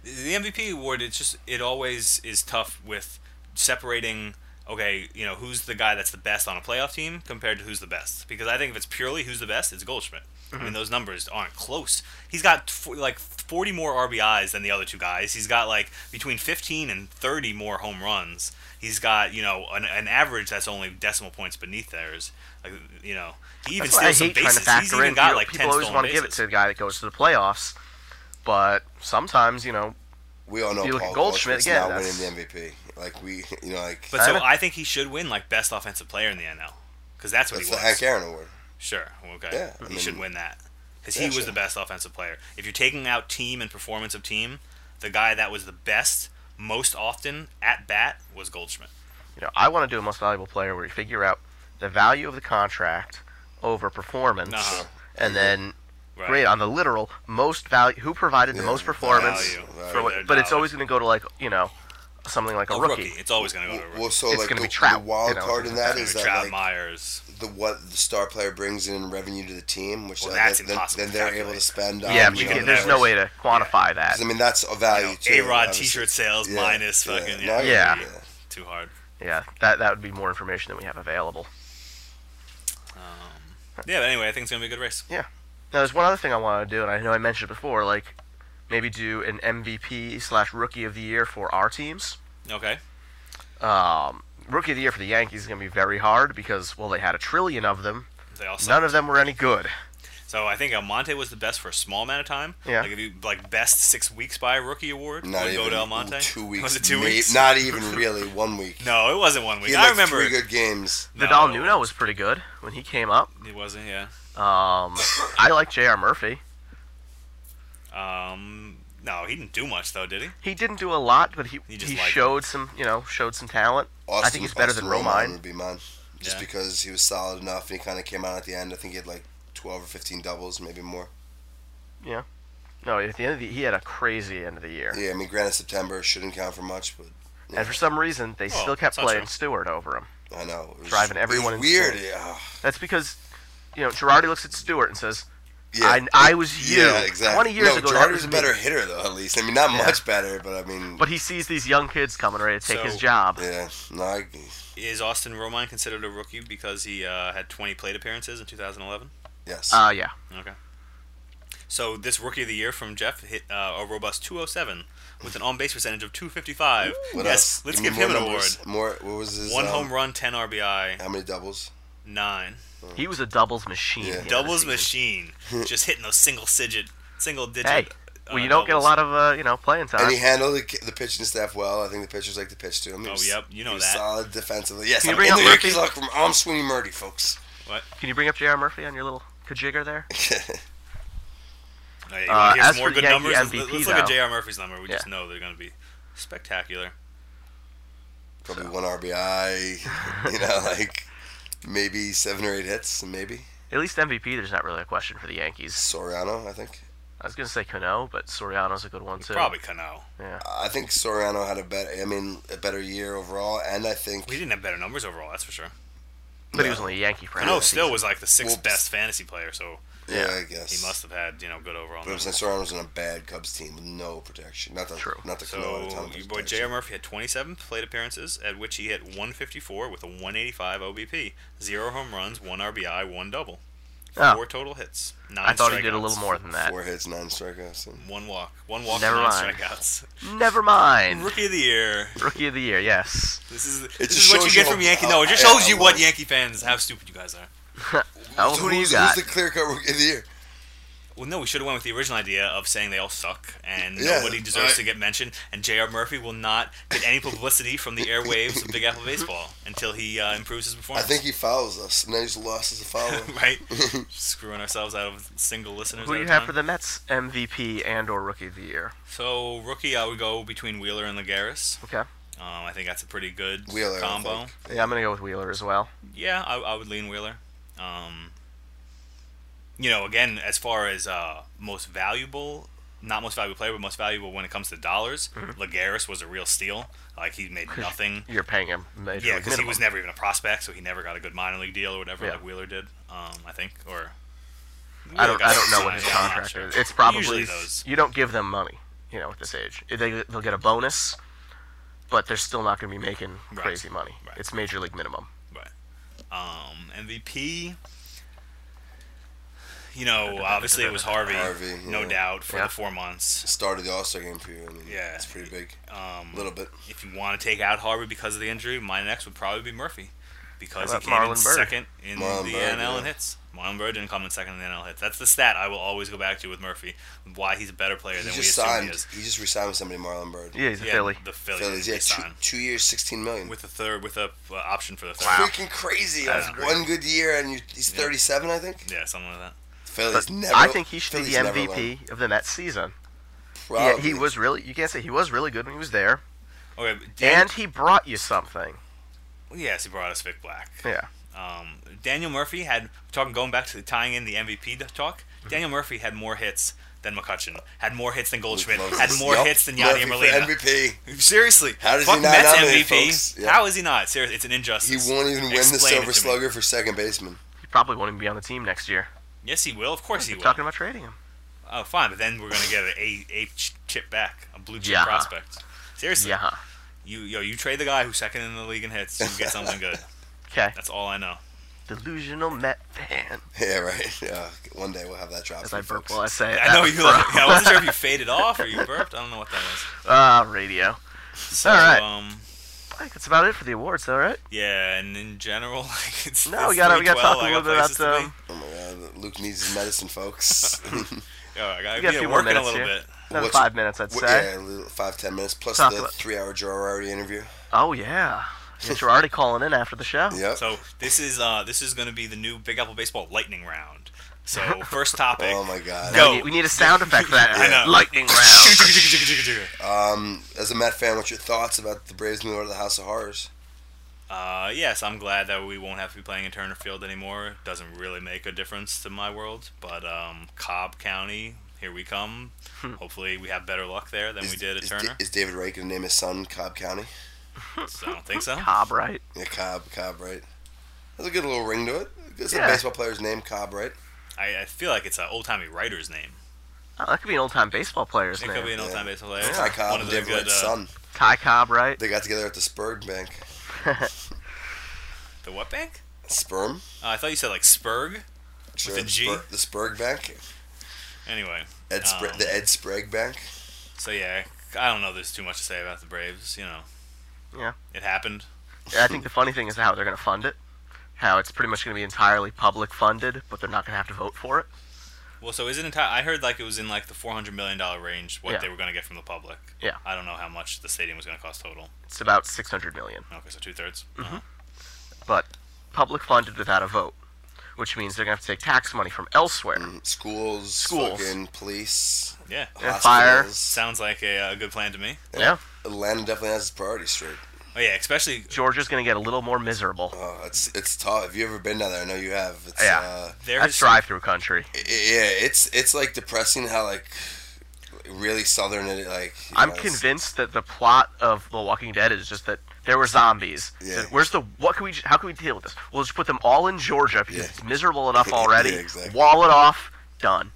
[SPEAKER 2] the MVP award it's just it always is tough with separating okay you know who's the guy that's the best on a playoff team compared to who's the best because I think if it's purely who's the best it's Goldschmidt I
[SPEAKER 1] Mm-hmm.
[SPEAKER 2] mean those numbers aren't close he's got f- like 40 more RBIs than the other two guys he's got like between 15 and 30 more home runs he's got you know an, an average that's only decimal points beneath theirs like you know he even
[SPEAKER 1] That's why I
[SPEAKER 2] steals some
[SPEAKER 1] hate trying to
[SPEAKER 2] bases he's
[SPEAKER 1] factor
[SPEAKER 2] even
[SPEAKER 1] in.
[SPEAKER 2] got
[SPEAKER 1] People-
[SPEAKER 2] like 10
[SPEAKER 1] people always
[SPEAKER 2] stolen
[SPEAKER 1] want to give it
[SPEAKER 2] bases
[SPEAKER 1] to the guy that goes to the playoffs, but sometimes, you know,
[SPEAKER 3] We all know
[SPEAKER 1] You look at
[SPEAKER 3] Paul
[SPEAKER 1] Goldschmidt,
[SPEAKER 3] Goldschmidt's
[SPEAKER 1] yeah,
[SPEAKER 3] not
[SPEAKER 1] that's-
[SPEAKER 3] winning the MVP. Like we, you know, like
[SPEAKER 2] But so
[SPEAKER 1] Kinda.
[SPEAKER 2] I think he should win like best offensive player in the NL because that's what
[SPEAKER 3] that's
[SPEAKER 2] he
[SPEAKER 3] the
[SPEAKER 2] was.
[SPEAKER 3] Hank Aaron Award.
[SPEAKER 2] Sure, okay,
[SPEAKER 3] Yeah,
[SPEAKER 2] he
[SPEAKER 3] I
[SPEAKER 2] should
[SPEAKER 3] mean-
[SPEAKER 2] win that because
[SPEAKER 3] Yeah,
[SPEAKER 2] he was
[SPEAKER 3] sure.
[SPEAKER 2] the best offensive player. If you're taking out team and performance of team, the guy that was the best most often at bat was Goldschmidt.
[SPEAKER 1] you know, I want to do a most valuable player where you figure out the value of the contract over performance,
[SPEAKER 2] Uh-huh.
[SPEAKER 1] and then
[SPEAKER 2] Right.
[SPEAKER 1] great on the literal most value who provided the
[SPEAKER 3] Yeah,
[SPEAKER 1] most
[SPEAKER 3] value.
[SPEAKER 1] performance
[SPEAKER 2] Value
[SPEAKER 3] for
[SPEAKER 1] for
[SPEAKER 2] their
[SPEAKER 1] what, but it's
[SPEAKER 2] dollars.
[SPEAKER 1] always going to go to like you know something like a,
[SPEAKER 2] a
[SPEAKER 1] rookie.
[SPEAKER 2] It's always going to go to a rookie.
[SPEAKER 3] Well, so
[SPEAKER 1] It's
[SPEAKER 3] like the,
[SPEAKER 1] gonna be
[SPEAKER 3] the
[SPEAKER 1] Trout,
[SPEAKER 3] wild
[SPEAKER 1] you know,
[SPEAKER 3] card in
[SPEAKER 1] it's
[SPEAKER 3] that
[SPEAKER 2] It's
[SPEAKER 3] is
[SPEAKER 2] gonna be
[SPEAKER 3] that
[SPEAKER 2] Trout
[SPEAKER 3] like,
[SPEAKER 2] Myers.
[SPEAKER 3] the what the star player brings in revenue to the team, which
[SPEAKER 2] Well,
[SPEAKER 3] uh,
[SPEAKER 2] that's
[SPEAKER 3] then- then,
[SPEAKER 2] impossible
[SPEAKER 3] then
[SPEAKER 2] to
[SPEAKER 3] they're
[SPEAKER 2] calculate.
[SPEAKER 3] able to spend.
[SPEAKER 1] Yeah,
[SPEAKER 3] on,
[SPEAKER 1] but
[SPEAKER 2] you
[SPEAKER 1] you
[SPEAKER 2] know,
[SPEAKER 1] can, there's no way to quantify that.
[SPEAKER 3] 'cause, I mean, that's a value too.
[SPEAKER 2] A Rod
[SPEAKER 3] obviously.
[SPEAKER 2] T-shirt sales
[SPEAKER 3] Yeah,
[SPEAKER 2] minus
[SPEAKER 3] yeah,
[SPEAKER 2] fucking
[SPEAKER 3] no, I
[SPEAKER 1] Yeah.
[SPEAKER 3] agree,
[SPEAKER 2] too hard.
[SPEAKER 1] Yeah, that that would be more information than we have available.
[SPEAKER 2] Yeah, but anyway, I think it's gonna be a good race.
[SPEAKER 1] Yeah. Now there's one other thing I want to do, and I know I mentioned it before, like maybe do an MVP slash Rookie of the Year for our teams.
[SPEAKER 2] Okay.
[SPEAKER 1] Um, rookie of the Year for the Yankees is going to be very hard because well they had a trillion of them.
[SPEAKER 2] They all suck.
[SPEAKER 1] None of them were any good.
[SPEAKER 2] So I think Almonte was the best for a small amount of time.
[SPEAKER 1] Yeah.
[SPEAKER 2] Like if you like best six weeks by a rookie award,
[SPEAKER 3] Not
[SPEAKER 2] would
[SPEAKER 3] even
[SPEAKER 2] go to Almonte.
[SPEAKER 3] two weeks.
[SPEAKER 2] Was it two
[SPEAKER 3] may-
[SPEAKER 2] weeks?
[SPEAKER 3] Not even really one week.
[SPEAKER 2] No, it wasn't one
[SPEAKER 3] he
[SPEAKER 2] week.
[SPEAKER 3] had
[SPEAKER 2] I
[SPEAKER 3] like
[SPEAKER 2] remember.
[SPEAKER 3] three good games.
[SPEAKER 1] Vidal
[SPEAKER 2] No.
[SPEAKER 1] Nuno was pretty good when he came up.
[SPEAKER 2] It wasn't. Yeah.
[SPEAKER 1] Um, I like J.R. Murphy.
[SPEAKER 2] Um. No, he didn't do much though, did he?
[SPEAKER 1] He didn't do a lot, but he
[SPEAKER 2] You
[SPEAKER 1] he,
[SPEAKER 2] just like him.
[SPEAKER 1] showed some you know showed some talent.
[SPEAKER 3] Austin,
[SPEAKER 1] I think he's better
[SPEAKER 3] Austin
[SPEAKER 1] than Romine.
[SPEAKER 3] would be mine, just
[SPEAKER 2] Yeah.
[SPEAKER 3] because he was solid enough and he kind of came out at the end. I think he had like twelve or fifteen doubles, maybe more.
[SPEAKER 1] Yeah. No, at the end of the he had a crazy end of the year,
[SPEAKER 3] Yeah, I mean, granted, September shouldn't count for much, but
[SPEAKER 1] and for some reason they
[SPEAKER 2] Well,
[SPEAKER 1] still kept
[SPEAKER 2] it's not true.
[SPEAKER 1] playing Stewart over him.
[SPEAKER 3] I know it was
[SPEAKER 1] Driving
[SPEAKER 3] it was
[SPEAKER 1] everyone
[SPEAKER 3] weird.
[SPEAKER 1] insane.
[SPEAKER 3] Yeah.
[SPEAKER 1] That's because you know Girardi looks at Stewart and says, I, I was you.
[SPEAKER 3] Yeah, exactly.
[SPEAKER 1] Twenty years
[SPEAKER 3] no,
[SPEAKER 1] ago, that
[SPEAKER 3] Girardi's
[SPEAKER 1] was
[SPEAKER 3] a
[SPEAKER 1] me.
[SPEAKER 3] better hitter though. At least I mean, not
[SPEAKER 1] Yeah.
[SPEAKER 3] much better, but I mean,
[SPEAKER 1] But he sees these young kids coming ready to take his
[SPEAKER 2] So-
[SPEAKER 1] job.
[SPEAKER 3] yeah, no, I,
[SPEAKER 2] Is Austin Romine considered a rookie because he uh, had 20 plate appearances in 2011?
[SPEAKER 3] yes,
[SPEAKER 1] Uh, yeah.
[SPEAKER 2] Okay. So this rookie of the year from Jeff hit uh, a robust 207 with an on-base percentage of 255.
[SPEAKER 3] What
[SPEAKER 2] yes,
[SPEAKER 3] else?
[SPEAKER 2] let's give
[SPEAKER 3] Give me
[SPEAKER 2] him an
[SPEAKER 3] more
[SPEAKER 2] award.
[SPEAKER 3] numbers. More. What was his?
[SPEAKER 2] One
[SPEAKER 3] um,
[SPEAKER 2] home run, 10 RBI,
[SPEAKER 3] How many doubles?
[SPEAKER 2] nine
[SPEAKER 1] He was a doubles machine.
[SPEAKER 3] Yeah.
[SPEAKER 1] the other
[SPEAKER 2] doubles
[SPEAKER 1] season.
[SPEAKER 2] machine, just hitting those single digit, single digit.
[SPEAKER 1] Hey, well, you don't get a lot of uh, you know playing time.
[SPEAKER 3] And he handled the, ki- the pitching staff well. I think the pitchers like to pitch to him. He
[SPEAKER 2] Oh,
[SPEAKER 3] was-
[SPEAKER 2] yep, you know
[SPEAKER 3] he was
[SPEAKER 2] that.
[SPEAKER 3] Solid defensively. Yes,
[SPEAKER 1] Can you
[SPEAKER 3] I'm
[SPEAKER 1] bring
[SPEAKER 3] in
[SPEAKER 1] up
[SPEAKER 3] the
[SPEAKER 1] Murphy?
[SPEAKER 3] rookie locker room. I'm Sweeney Murdy, folks.
[SPEAKER 2] What?
[SPEAKER 1] Can you bring up J.R. Murphy on your little kajigger there?
[SPEAKER 2] Hey, you wanna hear
[SPEAKER 1] as
[SPEAKER 2] some more
[SPEAKER 1] for
[SPEAKER 2] good
[SPEAKER 1] Yankee
[SPEAKER 2] numbers? Let's-
[SPEAKER 1] MVP
[SPEAKER 2] let's look at
[SPEAKER 1] though-
[SPEAKER 2] J.R. Murphy's number. We just
[SPEAKER 1] Yeah.
[SPEAKER 2] know they're going to be spectacular.
[SPEAKER 3] Probably one RBI. You know, like maybe seven or eight hits, maybe
[SPEAKER 1] At least MVP, there's not really a question for the Yankees.
[SPEAKER 3] Soriano. I think.
[SPEAKER 1] I was gonna say Cano, but Soriano's a good one too.
[SPEAKER 2] Probably Cano.
[SPEAKER 1] Yeah.
[SPEAKER 3] I think Soriano had a better. I mean, a better year overall, and I think
[SPEAKER 2] He didn't have better numbers overall, that's for sure.
[SPEAKER 1] But he
[SPEAKER 3] Yeah.
[SPEAKER 1] was only a Yankee for
[SPEAKER 2] Cano
[SPEAKER 1] half the
[SPEAKER 2] still
[SPEAKER 1] season.
[SPEAKER 2] was like the sixth
[SPEAKER 3] Whoops.
[SPEAKER 2] best fantasy player, so
[SPEAKER 3] yeah,
[SPEAKER 1] yeah.
[SPEAKER 3] I guess
[SPEAKER 2] he must have had you know good overall.
[SPEAKER 3] But I'm
[SPEAKER 2] numbers.
[SPEAKER 3] saying Soriano's on a bad Cubs team with no protection. Not the
[SPEAKER 1] True.
[SPEAKER 3] not the Cano had a ton
[SPEAKER 2] So
[SPEAKER 3] of
[SPEAKER 2] your boy
[SPEAKER 3] protection.
[SPEAKER 2] J.R. Murphy had 27 plate appearances, at which he hit 154 with a 185 OBP, zero home runs, one RBI, one double,
[SPEAKER 1] Oh.
[SPEAKER 2] four total hits, nine.
[SPEAKER 1] I thought he did a
[SPEAKER 2] strikeouts,
[SPEAKER 1] little more than that.
[SPEAKER 3] Four hits, nine strikeouts. And
[SPEAKER 2] One walk, one walk,
[SPEAKER 1] Never
[SPEAKER 2] nine
[SPEAKER 1] mind.
[SPEAKER 2] strikeouts.
[SPEAKER 1] Never mind.
[SPEAKER 2] Rookie of the year.
[SPEAKER 1] Rookie of the year, yes.
[SPEAKER 2] This is
[SPEAKER 3] just
[SPEAKER 2] this is what you
[SPEAKER 3] shows
[SPEAKER 2] get
[SPEAKER 3] you
[SPEAKER 2] from
[SPEAKER 3] how-
[SPEAKER 2] Yankee. No, it just
[SPEAKER 3] how-
[SPEAKER 2] shows
[SPEAKER 3] how
[SPEAKER 2] you what
[SPEAKER 3] long-
[SPEAKER 2] Yankee fans how stupid you guys are.
[SPEAKER 1] Oh, who do you
[SPEAKER 3] who's,
[SPEAKER 1] got?
[SPEAKER 3] Who's the clear cut rookie of the year?
[SPEAKER 2] Well, no, we should have went with the original idea of saying they all suck and
[SPEAKER 3] Yeah,
[SPEAKER 2] nobody deserves
[SPEAKER 3] I-
[SPEAKER 2] to get mentioned. And J.R. Murphy will not get any publicity from the airwaves of Big Apple baseball until he uh, improves his
[SPEAKER 3] I
[SPEAKER 2] performance.
[SPEAKER 3] think he follows us. And then he's lost as a follower.
[SPEAKER 2] right? Screwing ourselves out of single listeners.
[SPEAKER 1] Who
[SPEAKER 2] at
[SPEAKER 1] do
[SPEAKER 2] a
[SPEAKER 1] you have
[SPEAKER 2] time.
[SPEAKER 1] for the Mets MVP and or Rookie of the Year?
[SPEAKER 2] So rookie, I would go between Wheeler and Lagares.
[SPEAKER 1] Okay.
[SPEAKER 2] Um, I think that's a pretty good
[SPEAKER 3] Wheeler, I
[SPEAKER 2] combo.
[SPEAKER 3] think.
[SPEAKER 1] Yeah, I'm gonna go with Wheeler as well.
[SPEAKER 2] Yeah, I, I would lean Wheeler. Um, you know, again, as far as uh, most valuable, not most valuable player, but most valuable when it comes to dollars,
[SPEAKER 1] Mm-hmm.
[SPEAKER 2] Lagares was a real steal. Like he made nothing.
[SPEAKER 1] You're paying him major
[SPEAKER 2] Yeah,
[SPEAKER 1] league
[SPEAKER 2] because he
[SPEAKER 1] minimum.
[SPEAKER 2] was never even a prospect, so he never got a good minor league deal or whatever
[SPEAKER 1] Yeah.
[SPEAKER 2] like Wheeler did. Um, I think, or
[SPEAKER 1] I don't. I don't know what
[SPEAKER 2] Yeah,
[SPEAKER 1] his
[SPEAKER 2] I'm not
[SPEAKER 1] contract
[SPEAKER 2] sure.
[SPEAKER 1] is. It's probably
[SPEAKER 2] Usually those.
[SPEAKER 1] you don't give them money. You know, at this age, they they'll get a bonus, but they're still not going to be making
[SPEAKER 2] Right.
[SPEAKER 1] crazy money.
[SPEAKER 2] Right.
[SPEAKER 1] It's major league minimum.
[SPEAKER 2] Right. Um, MVP. You know, obviously it was Harvey,
[SPEAKER 3] Harvey,
[SPEAKER 2] no
[SPEAKER 3] yeah.
[SPEAKER 2] doubt for
[SPEAKER 1] Yeah.
[SPEAKER 2] the four months.
[SPEAKER 3] Started the All Star game for you. I mean,
[SPEAKER 2] Yeah.
[SPEAKER 3] it's pretty big. A
[SPEAKER 2] Um,
[SPEAKER 3] little bit.
[SPEAKER 2] if you want to take out Harvey because of the injury, my next would probably be Murphy because he
[SPEAKER 1] about
[SPEAKER 2] came in
[SPEAKER 1] Marlon Byrd?
[SPEAKER 2] second in
[SPEAKER 3] Marlon
[SPEAKER 2] the
[SPEAKER 3] Byrd,
[SPEAKER 2] NL and
[SPEAKER 3] yeah.
[SPEAKER 2] hits. Marlon Byrd didn't come in second in the NL hits. That's the stat I will always go back to with Murphy, why he's a better player
[SPEAKER 3] He
[SPEAKER 2] than we
[SPEAKER 3] just
[SPEAKER 2] assume
[SPEAKER 3] signed.
[SPEAKER 2] he is.
[SPEAKER 3] He, just re-signed with somebody, Marlon Byrd.
[SPEAKER 1] Yeah, he's a
[SPEAKER 2] Yeah,
[SPEAKER 1] Philly.
[SPEAKER 2] the Philly,
[SPEAKER 3] Phillies. Yeah,
[SPEAKER 2] they
[SPEAKER 3] two,
[SPEAKER 2] signed.
[SPEAKER 3] two years, sixteen million.
[SPEAKER 2] with a third with a uh, option for the third.
[SPEAKER 3] It's freaking crazy.
[SPEAKER 2] That's
[SPEAKER 3] Like,
[SPEAKER 2] great.
[SPEAKER 3] one good year and you, he's thirty-seven, I think.
[SPEAKER 2] Yeah, something like that.
[SPEAKER 3] Phillies never.
[SPEAKER 1] I think he should be
[SPEAKER 3] Phillies
[SPEAKER 1] the
[SPEAKER 3] never won.
[SPEAKER 1] MVP of the Mets season. Yeah,
[SPEAKER 3] Probably.
[SPEAKER 1] he was really. You can't say he was really good when he was there,
[SPEAKER 2] Okay, but Dan,
[SPEAKER 1] and he brought you something.
[SPEAKER 2] yes, he brought us Vic Black.
[SPEAKER 1] Yeah.
[SPEAKER 2] um, Daniel Murphy had talking going back to the tying in the MVP talk.
[SPEAKER 1] Mm-hmm.
[SPEAKER 2] Daniel Murphy had more hits than McCutcheon, had more hits than Goldschmidt,
[SPEAKER 3] Moses.
[SPEAKER 2] had more
[SPEAKER 3] Yup.
[SPEAKER 2] hits than Yadier
[SPEAKER 3] Murphy for
[SPEAKER 2] Molina.
[SPEAKER 3] MVP.
[SPEAKER 2] Seriously,
[SPEAKER 3] How does he
[SPEAKER 2] fuck
[SPEAKER 3] not
[SPEAKER 2] Mets
[SPEAKER 3] nominate,
[SPEAKER 2] MVP.
[SPEAKER 3] folks? Yeah.
[SPEAKER 2] How is he not? Seriously, it's an
[SPEAKER 3] He
[SPEAKER 2] injustice.
[SPEAKER 3] won't even win the
[SPEAKER 2] Explain it to
[SPEAKER 3] Silver
[SPEAKER 2] me.
[SPEAKER 3] Slugger for second baseman.
[SPEAKER 1] He probably won't even be on the team next year.
[SPEAKER 2] Yes, he will. Of course he
[SPEAKER 1] They're
[SPEAKER 2] will.
[SPEAKER 1] talking about trading him.
[SPEAKER 2] Oh, fine, but then we're gonna get an A, a ch- chip back, a blue chip
[SPEAKER 1] Yeah.
[SPEAKER 2] prospect. Seriously,
[SPEAKER 1] Yeah.
[SPEAKER 2] you yo, you trade the guy who's second in the league in hits, you get something good.
[SPEAKER 1] Okay.
[SPEAKER 2] That's all I know.
[SPEAKER 1] Delusional Met fan.
[SPEAKER 3] Yeah, right. Yeah, one day we'll have that drop.
[SPEAKER 1] As
[SPEAKER 3] for
[SPEAKER 1] I
[SPEAKER 3] you
[SPEAKER 1] burp
[SPEAKER 3] folks.
[SPEAKER 1] while I say it.
[SPEAKER 2] I know
[SPEAKER 1] That was
[SPEAKER 2] you. Like, I wasn't sure if you faded off or you burped. I don't know what that was.
[SPEAKER 1] Ah, radio.
[SPEAKER 2] So,
[SPEAKER 1] All right.
[SPEAKER 2] Um,
[SPEAKER 1] I think that's about it for the awards, though, right?
[SPEAKER 2] Yeah, and in general, like it's
[SPEAKER 1] No, we
[SPEAKER 2] it's
[SPEAKER 1] gotta we gotta
[SPEAKER 2] 312,
[SPEAKER 1] talk a
[SPEAKER 2] I
[SPEAKER 1] little
[SPEAKER 2] got
[SPEAKER 1] bit
[SPEAKER 2] places
[SPEAKER 1] about
[SPEAKER 2] to be.
[SPEAKER 1] um,
[SPEAKER 3] Oh my God, Luke needs his medicine, folks.
[SPEAKER 2] Yo, I gotta
[SPEAKER 1] got a
[SPEAKER 2] be
[SPEAKER 1] few more
[SPEAKER 2] working a
[SPEAKER 1] minutes
[SPEAKER 2] little
[SPEAKER 1] here.
[SPEAKER 2] bit.
[SPEAKER 1] another
[SPEAKER 3] What's-
[SPEAKER 1] five minutes, I'd
[SPEAKER 3] Well,
[SPEAKER 1] say.
[SPEAKER 3] yeah, a little, five ten minutes plus
[SPEAKER 1] Talk
[SPEAKER 3] the
[SPEAKER 1] about-
[SPEAKER 3] three-hour Joe Girardi interview.
[SPEAKER 1] Oh yeah, yeah you're already calling in after the show.
[SPEAKER 3] Yep.
[SPEAKER 2] So this is uh this is gonna be the new Big Apple Baseball lightning round. So first topic.
[SPEAKER 3] oh my God.
[SPEAKER 1] Now
[SPEAKER 2] Go.
[SPEAKER 1] We, need, we need a sound effect for that.
[SPEAKER 2] I know.
[SPEAKER 1] Lightning round.
[SPEAKER 3] Um, as a Met fan, what's your thoughts about the Braves moving over to the House of Horrors?
[SPEAKER 2] Uh, yes, I'm glad that we won't have to be playing in Turner Field anymore. Doesn't really make a difference to my world, but um, Cobb County, here we come. Hopefully, we have better luck there than
[SPEAKER 3] Hmm. Is,
[SPEAKER 2] we did at
[SPEAKER 3] is,
[SPEAKER 2] Turner.
[SPEAKER 3] Is David Wright gonna name his son Cobb County?
[SPEAKER 2] So I don't think so.
[SPEAKER 1] Cobb, right?
[SPEAKER 3] Yeah, Cobb. Cobb Wright. That's a good little ring to it. It's
[SPEAKER 1] Yeah.
[SPEAKER 3] a baseball player's name, Cobb Wright.
[SPEAKER 2] I I, I feel like it's an old timey writer's name.
[SPEAKER 1] Oh, that could be an old time baseball player's
[SPEAKER 2] It
[SPEAKER 1] name.
[SPEAKER 2] could be an old time
[SPEAKER 3] Yeah.
[SPEAKER 2] baseball player.
[SPEAKER 3] Ty Cobb
[SPEAKER 2] One of
[SPEAKER 3] and
[SPEAKER 2] the
[SPEAKER 3] David
[SPEAKER 2] good,
[SPEAKER 3] White's
[SPEAKER 2] uh,
[SPEAKER 3] son.
[SPEAKER 1] Ty Cobb, right?
[SPEAKER 3] They got together at the Spurg Bank.
[SPEAKER 2] the what bank?
[SPEAKER 3] Sperm?
[SPEAKER 2] Uh, I thought you said like Spurg.
[SPEAKER 3] Sure,
[SPEAKER 2] a
[SPEAKER 3] the,
[SPEAKER 2] G?
[SPEAKER 3] Spur- the Spurg Bank?
[SPEAKER 2] Anyway,
[SPEAKER 3] Ed Spr-
[SPEAKER 2] Um,
[SPEAKER 3] the Ed Sprague Bank?
[SPEAKER 2] so yeah, I don't know. There's too much to say about the Braves. You know,
[SPEAKER 1] Yeah.
[SPEAKER 2] it happened.
[SPEAKER 1] I think the funny thing is how they're going to fund it. How it's pretty much going to be entirely public funded, but they're not going to have to vote for it.
[SPEAKER 2] Well, so is it entire? I heard like it was in like the 400 million dollar range. What
[SPEAKER 1] Yeah.
[SPEAKER 2] they were going to get from the public.
[SPEAKER 1] Yeah.
[SPEAKER 2] I don't know how much the stadium was going to cost total.
[SPEAKER 1] It's about 600 million,
[SPEAKER 2] Okay, so two thirds.
[SPEAKER 1] but public funded without a vote, which means they're going to have to take tax money from elsewhere.
[SPEAKER 3] Mm, Schools,
[SPEAKER 1] Schools.
[SPEAKER 3] fucking police,
[SPEAKER 2] Yeah.
[SPEAKER 1] Yeah, fire.
[SPEAKER 3] hospitals.
[SPEAKER 2] Sounds like a, uh, good plan to me.
[SPEAKER 1] Yeah.
[SPEAKER 3] Atlanta definitely has its priorities straight.
[SPEAKER 2] Oh yeah, especially
[SPEAKER 1] Georgia's going to get a little more miserable.
[SPEAKER 3] Oh, it's it's tough. Have you ever been down there? I know you have. It's,
[SPEAKER 1] Yeah.
[SPEAKER 3] Uh,
[SPEAKER 2] there's
[SPEAKER 1] That's drive-through country.
[SPEAKER 3] i- yeah, it's it's like depressing how like really southern it like. you
[SPEAKER 1] I'm
[SPEAKER 3] know, it's-
[SPEAKER 1] convinced that the plot of The Walking Dead is just that there were zombies.
[SPEAKER 3] Yeah.
[SPEAKER 1] Where's the what can we how can we deal with this? We'll just put them all in Georgia because
[SPEAKER 3] Yeah.
[SPEAKER 1] it's miserable enough already.
[SPEAKER 3] Yeah, exactly.
[SPEAKER 1] Wall it off. Done.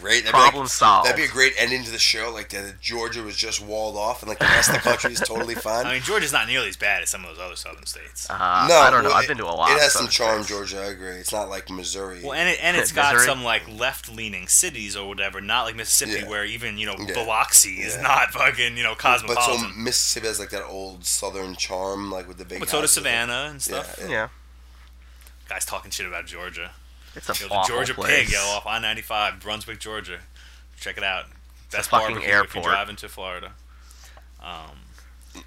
[SPEAKER 3] Right? That'd
[SPEAKER 1] Problem
[SPEAKER 3] be like,
[SPEAKER 1] solved.
[SPEAKER 3] That'd be a great ending to the show. Like that, Georgia was just walled off, and like the rest of the country is totally fine.
[SPEAKER 2] I mean, Georgia's not nearly as bad as some of those other southern states.
[SPEAKER 1] Uh, I don't know.
[SPEAKER 3] well,
[SPEAKER 1] I've been to a lot.
[SPEAKER 3] It
[SPEAKER 1] of
[SPEAKER 3] has some
[SPEAKER 1] southern
[SPEAKER 3] charm,
[SPEAKER 1] states.
[SPEAKER 3] Georgia. I agree. It's not like Missouri.
[SPEAKER 2] Well, and it and it's got
[SPEAKER 1] Missouri.
[SPEAKER 2] some like left-leaning cities or whatever, not like Mississippi,
[SPEAKER 3] Yeah.
[SPEAKER 2] where even you know
[SPEAKER 3] Yeah.
[SPEAKER 2] Biloxi is
[SPEAKER 3] Yeah.
[SPEAKER 2] not fucking you know
[SPEAKER 3] but so
[SPEAKER 2] cosmopolitan.
[SPEAKER 3] Mississippi has like that old southern charm, like with the big.
[SPEAKER 2] But so does
[SPEAKER 3] houses.
[SPEAKER 2] Savannah and stuff.
[SPEAKER 3] Yeah,
[SPEAKER 1] Yeah,
[SPEAKER 2] Guys talking shit about Georgia.
[SPEAKER 1] it's a
[SPEAKER 2] Yo, the
[SPEAKER 1] awful
[SPEAKER 2] Georgia
[SPEAKER 1] place.
[SPEAKER 2] Pig, yo, off I-95, Brunswick, Georgia. Check it out. Best
[SPEAKER 1] fucking
[SPEAKER 2] barbecue if you
[SPEAKER 1] airport.
[SPEAKER 2] drive into Florida. Um,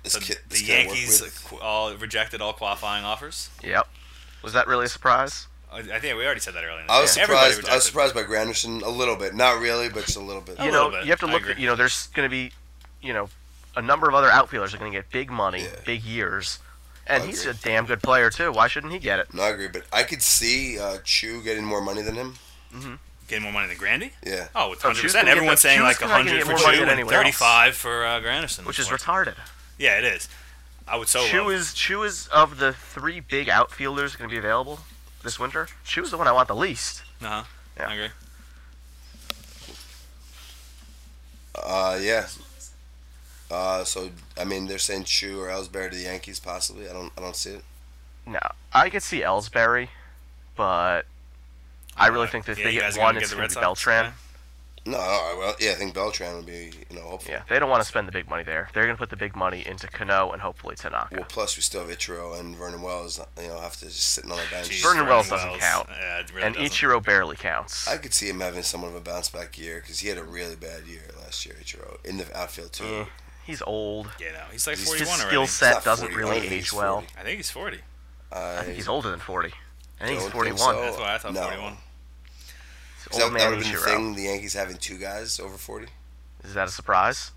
[SPEAKER 3] This
[SPEAKER 2] so
[SPEAKER 3] kid, this
[SPEAKER 2] the
[SPEAKER 3] kid I work
[SPEAKER 2] Yankees
[SPEAKER 3] with-
[SPEAKER 2] qu- all rejected all qualifying offers.
[SPEAKER 1] Yep. Was that really a surprise?
[SPEAKER 2] I I think we already said that earlier. in the
[SPEAKER 3] I was
[SPEAKER 2] show. Everybody
[SPEAKER 3] surprised. I was
[SPEAKER 2] rejected.
[SPEAKER 3] surprised by Granderson a little bit, not really, but just a little bit.
[SPEAKER 2] A
[SPEAKER 1] you
[SPEAKER 2] little
[SPEAKER 1] know,
[SPEAKER 2] bit.
[SPEAKER 1] you have to
[SPEAKER 2] I
[SPEAKER 1] look.
[SPEAKER 2] agree.
[SPEAKER 1] You know, there's going to be, you know, a number of other outfielders are going to get big money,
[SPEAKER 3] Yeah.
[SPEAKER 1] big years, and
[SPEAKER 3] I
[SPEAKER 1] he's
[SPEAKER 3] agree.
[SPEAKER 1] a damn good player too. Why shouldn't he get it?
[SPEAKER 3] No, I agree, but I could see uh, Chu getting more money than him.
[SPEAKER 2] Getting more money than Grandy?
[SPEAKER 3] Yeah,
[SPEAKER 2] Oh, with
[SPEAKER 1] Oh,
[SPEAKER 2] 100%.
[SPEAKER 1] Chew's gonna get
[SPEAKER 2] Everyone's
[SPEAKER 1] the-
[SPEAKER 2] saying
[SPEAKER 1] Chew's
[SPEAKER 2] like
[SPEAKER 1] gonna get
[SPEAKER 2] 100 for
[SPEAKER 1] more money
[SPEAKER 2] Chew
[SPEAKER 1] than
[SPEAKER 2] and
[SPEAKER 1] anyone else.
[SPEAKER 2] 35 for uh, Granderson.
[SPEAKER 1] Which is
[SPEAKER 2] Or-
[SPEAKER 1] retarded.
[SPEAKER 2] Yeah, it is. I would so
[SPEAKER 1] Chu
[SPEAKER 2] love-
[SPEAKER 1] is Chu is of the three big outfielders going to be available this winter. Chu is the one I want the least.
[SPEAKER 2] Uh-huh.
[SPEAKER 1] Yeah.
[SPEAKER 2] I agree.
[SPEAKER 3] uh, yeah. Uh, so I mean, they're saying Chu or Ellsbury to the Yankees, possibly. I don't, I don't see it.
[SPEAKER 1] No, I could see Ellsbury, but I really
[SPEAKER 2] Uh,
[SPEAKER 1] think that if
[SPEAKER 2] yeah,
[SPEAKER 1] they
[SPEAKER 2] you guys
[SPEAKER 1] get
[SPEAKER 2] gonna
[SPEAKER 1] one,
[SPEAKER 2] get
[SPEAKER 1] it's
[SPEAKER 2] the
[SPEAKER 1] going
[SPEAKER 2] Red
[SPEAKER 1] to be
[SPEAKER 2] Sox?
[SPEAKER 1] Beltran.
[SPEAKER 3] No, all right, well, yeah, I think Beltran would be, you know, hopeful.
[SPEAKER 1] Yeah, they don't want to spend the big money there. They're going to put the big money into Cano and hopefully
[SPEAKER 3] Well,
[SPEAKER 1] Tanaka.
[SPEAKER 3] plus we still have Ichiro and Vernon Wells, you know, have to just sitting on the bench.
[SPEAKER 2] Jeez,
[SPEAKER 1] Vernon Wells doesn't count.
[SPEAKER 2] Yeah, it really
[SPEAKER 1] And
[SPEAKER 2] doesn't.
[SPEAKER 1] Ichiro barely counts.
[SPEAKER 3] I could see him having somewhat of a bounce back year because he had a really bad year last year, Ichiro, in the outfield too.
[SPEAKER 1] Eh, he's old.
[SPEAKER 2] Yeah, no, he's like
[SPEAKER 3] He's
[SPEAKER 2] 41
[SPEAKER 1] His skill
[SPEAKER 2] already.
[SPEAKER 3] He's
[SPEAKER 1] set
[SPEAKER 3] not
[SPEAKER 1] doesn't
[SPEAKER 3] 40. I don't
[SPEAKER 1] really
[SPEAKER 3] think he's
[SPEAKER 1] age well.
[SPEAKER 3] 40.
[SPEAKER 2] I think he's 40.
[SPEAKER 3] I,
[SPEAKER 1] I think he's older than 40. I think he's
[SPEAKER 3] don't
[SPEAKER 1] 41.
[SPEAKER 3] think so.
[SPEAKER 2] That's why I thought
[SPEAKER 3] No.
[SPEAKER 2] 41.
[SPEAKER 1] It's
[SPEAKER 3] Is that,
[SPEAKER 1] old man
[SPEAKER 3] would have been the
[SPEAKER 1] Ichiro.
[SPEAKER 3] thing, the Yankees having two guys over 40?
[SPEAKER 1] Is that a surprise?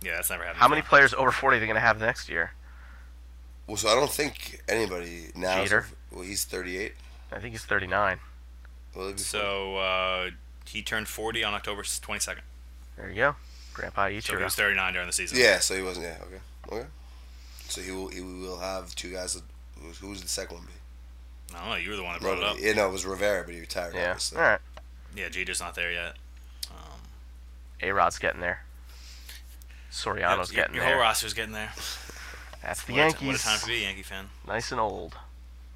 [SPEAKER 2] Yeah, that's never happened.
[SPEAKER 1] How many
[SPEAKER 2] before.
[SPEAKER 1] players over 40 are they going to have next year?
[SPEAKER 3] Well, so I don't think anybody now. is
[SPEAKER 1] Jeter?
[SPEAKER 3] over- well, he's 38.
[SPEAKER 1] I think he's 39.
[SPEAKER 3] Will he be
[SPEAKER 2] So uh, he turned 40 on October 22nd.
[SPEAKER 1] There you go. Grandpa Ichiro.
[SPEAKER 2] So he was 39 during the season.
[SPEAKER 3] 40? Yeah, so he wasn't. Yeah, okay, okay. So he will. He will have two guys. that- Who who was the second one? Be?
[SPEAKER 2] I don't know. You were the one that brought it up.
[SPEAKER 3] Yeah, no, it was Rivera, but he retired.
[SPEAKER 1] yeah.
[SPEAKER 3] Obviously.
[SPEAKER 1] All right.
[SPEAKER 2] Yeah, Jeter's not there yet. Um,
[SPEAKER 1] A Rod's getting there. Soriano's
[SPEAKER 2] your
[SPEAKER 1] getting
[SPEAKER 2] your
[SPEAKER 1] there.
[SPEAKER 2] whole roster's getting there.
[SPEAKER 1] That's the
[SPEAKER 2] What a ti-
[SPEAKER 1] Yankees.
[SPEAKER 2] what a time to be a Yankee fan.
[SPEAKER 1] Nice and old.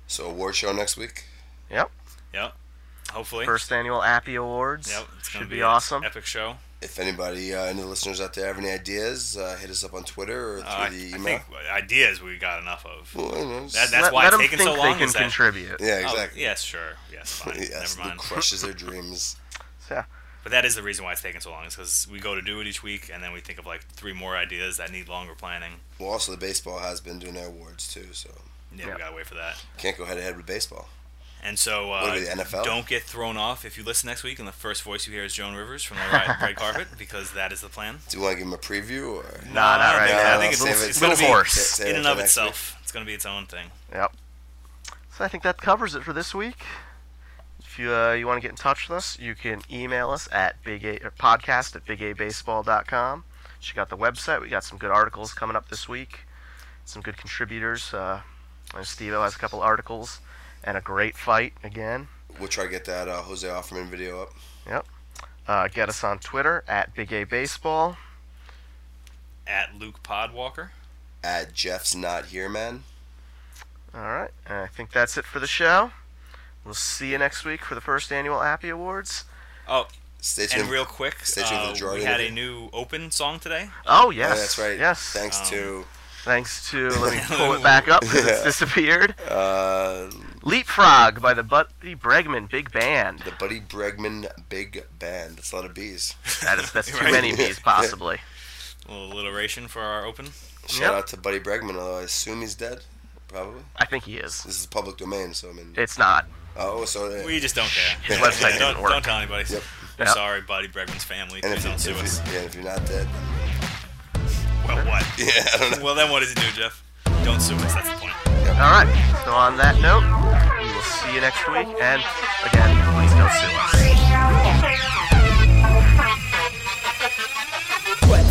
[SPEAKER 3] So award show next week.
[SPEAKER 1] Yep.
[SPEAKER 2] Yep. Hopefully.
[SPEAKER 1] First annual Appy Awards.
[SPEAKER 2] Yep. It's gonna
[SPEAKER 1] Should be
[SPEAKER 2] an
[SPEAKER 1] awesome.
[SPEAKER 2] Epic show.
[SPEAKER 3] If anybody, uh, any of the listeners out there have any ideas, uh, hit us up on Twitter or through
[SPEAKER 2] Uh, I, I
[SPEAKER 3] the email.
[SPEAKER 2] think ideas we got enough of.
[SPEAKER 3] Well, you know,
[SPEAKER 2] That-
[SPEAKER 3] s-
[SPEAKER 2] that's
[SPEAKER 1] let,
[SPEAKER 2] why
[SPEAKER 1] let
[SPEAKER 2] it's
[SPEAKER 1] 'em
[SPEAKER 2] taken
[SPEAKER 1] think
[SPEAKER 2] so
[SPEAKER 1] they
[SPEAKER 2] long
[SPEAKER 1] can
[SPEAKER 2] is that-
[SPEAKER 1] contribute.
[SPEAKER 3] yeah,
[SPEAKER 2] Oh,
[SPEAKER 3] exactly.
[SPEAKER 2] yes, sure. Yes, fine.
[SPEAKER 3] yes,
[SPEAKER 2] Never
[SPEAKER 3] who
[SPEAKER 2] mind.
[SPEAKER 3] crushes their dreams.
[SPEAKER 1] Yeah.
[SPEAKER 2] But that is the reason why it's taking so long. Is because we go to do it each week, and then we think of like three more ideas that need longer planning.
[SPEAKER 3] Well, also the baseball has been doing their awards too, so
[SPEAKER 2] Yeah,
[SPEAKER 1] Yeah.
[SPEAKER 2] we gotta wait for that.
[SPEAKER 3] can't go head to head with baseball.
[SPEAKER 2] And so,
[SPEAKER 3] What
[SPEAKER 2] uh,
[SPEAKER 3] are we, the NFL?
[SPEAKER 2] don't get thrown off if you listen next week, and the first voice you hear is Joan Rivers from the red, red carpet, because that is the plan.
[SPEAKER 3] Do you want to give him a preview or?
[SPEAKER 1] Nah, not right
[SPEAKER 2] I think,
[SPEAKER 1] now.
[SPEAKER 2] I think it's,
[SPEAKER 3] Save
[SPEAKER 2] it's,
[SPEAKER 3] it-
[SPEAKER 2] gonna
[SPEAKER 1] Little
[SPEAKER 2] be
[SPEAKER 1] horse.
[SPEAKER 3] Save
[SPEAKER 2] in
[SPEAKER 3] it
[SPEAKER 2] and
[SPEAKER 3] till
[SPEAKER 2] of
[SPEAKER 3] next
[SPEAKER 2] itself. It's gonna be its own thing.
[SPEAKER 1] Yep. So I think that covers it for this week. If you, uh, you want to get in touch with us, you can email us at big a, or podcast at bigabaseball.com. Check out the website. We got some good articles coming up this week. Some good contributors. Uh, Steve has a couple articles and a great fight again.
[SPEAKER 3] We'll try to get that uh, Jose Offerman video up.
[SPEAKER 1] Yep. Uh, get us on Twitter at Big A Baseball.
[SPEAKER 2] At Luke Podwalker.
[SPEAKER 3] At Jeff's Not Here Man.
[SPEAKER 1] All right. And I think that's it for the show. We'll see you next week for the first annual Appy Awards.
[SPEAKER 2] Oh,
[SPEAKER 3] Stay tuned.
[SPEAKER 2] and real quick,
[SPEAKER 3] Stay tuned for
[SPEAKER 2] uh,
[SPEAKER 3] the Jordan
[SPEAKER 2] we had a
[SPEAKER 3] interview.
[SPEAKER 2] new open song today.
[SPEAKER 1] Oh
[SPEAKER 3] Oh,
[SPEAKER 1] yes,
[SPEAKER 3] that's right.
[SPEAKER 1] Yes,
[SPEAKER 3] Thanks
[SPEAKER 2] Um,
[SPEAKER 3] to
[SPEAKER 1] thanks to let me pull it back up 'cause it's disappeared.
[SPEAKER 3] uh,
[SPEAKER 1] Leapfrog by the Buddy Bregman Big Band.
[SPEAKER 3] the Buddy Bregman Big Band. That's a lot of B's.
[SPEAKER 1] That is that's too
[SPEAKER 2] Right.
[SPEAKER 1] many B's possibly.
[SPEAKER 2] A little alliteration for our open.
[SPEAKER 3] Shout
[SPEAKER 1] Yep.
[SPEAKER 3] out to Buddy Bregman, although I assume he's dead. Probably.
[SPEAKER 1] I think he is.
[SPEAKER 3] This is public domain, so I mean.
[SPEAKER 1] It's not.
[SPEAKER 3] oh, so. uh,
[SPEAKER 2] We just don't care.
[SPEAKER 1] His website didn't
[SPEAKER 2] don't,
[SPEAKER 1] work.
[SPEAKER 2] don't tell anybody.
[SPEAKER 3] Yep.
[SPEAKER 2] We're
[SPEAKER 1] Yep.
[SPEAKER 2] sorry, Buddy Bregman's family.
[SPEAKER 3] and
[SPEAKER 2] Please
[SPEAKER 3] if, you-
[SPEAKER 2] don't sue us.
[SPEAKER 3] if, you- yeah, if you're not dead.
[SPEAKER 2] Well, what?
[SPEAKER 3] Yeah, I don't know.
[SPEAKER 2] Well, then what does it do, Jeff? Don't sue us. That's the point.
[SPEAKER 1] All right. So on that note, we will see you next week. And again, please don't sue us.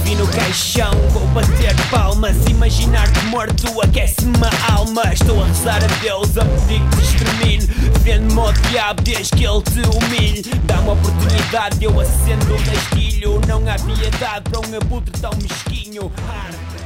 [SPEAKER 4] Vi no caixão, vou bater palmas Imaginar que morto aquece-me a alma Estou a rezar a Deus, a pedir que te extermine Vendo-me ao diabo desde que ele te humilhe Dá-me a oportunidade, eu acendo um rastilho Não há piedade para um abutre tão mesquinho Arte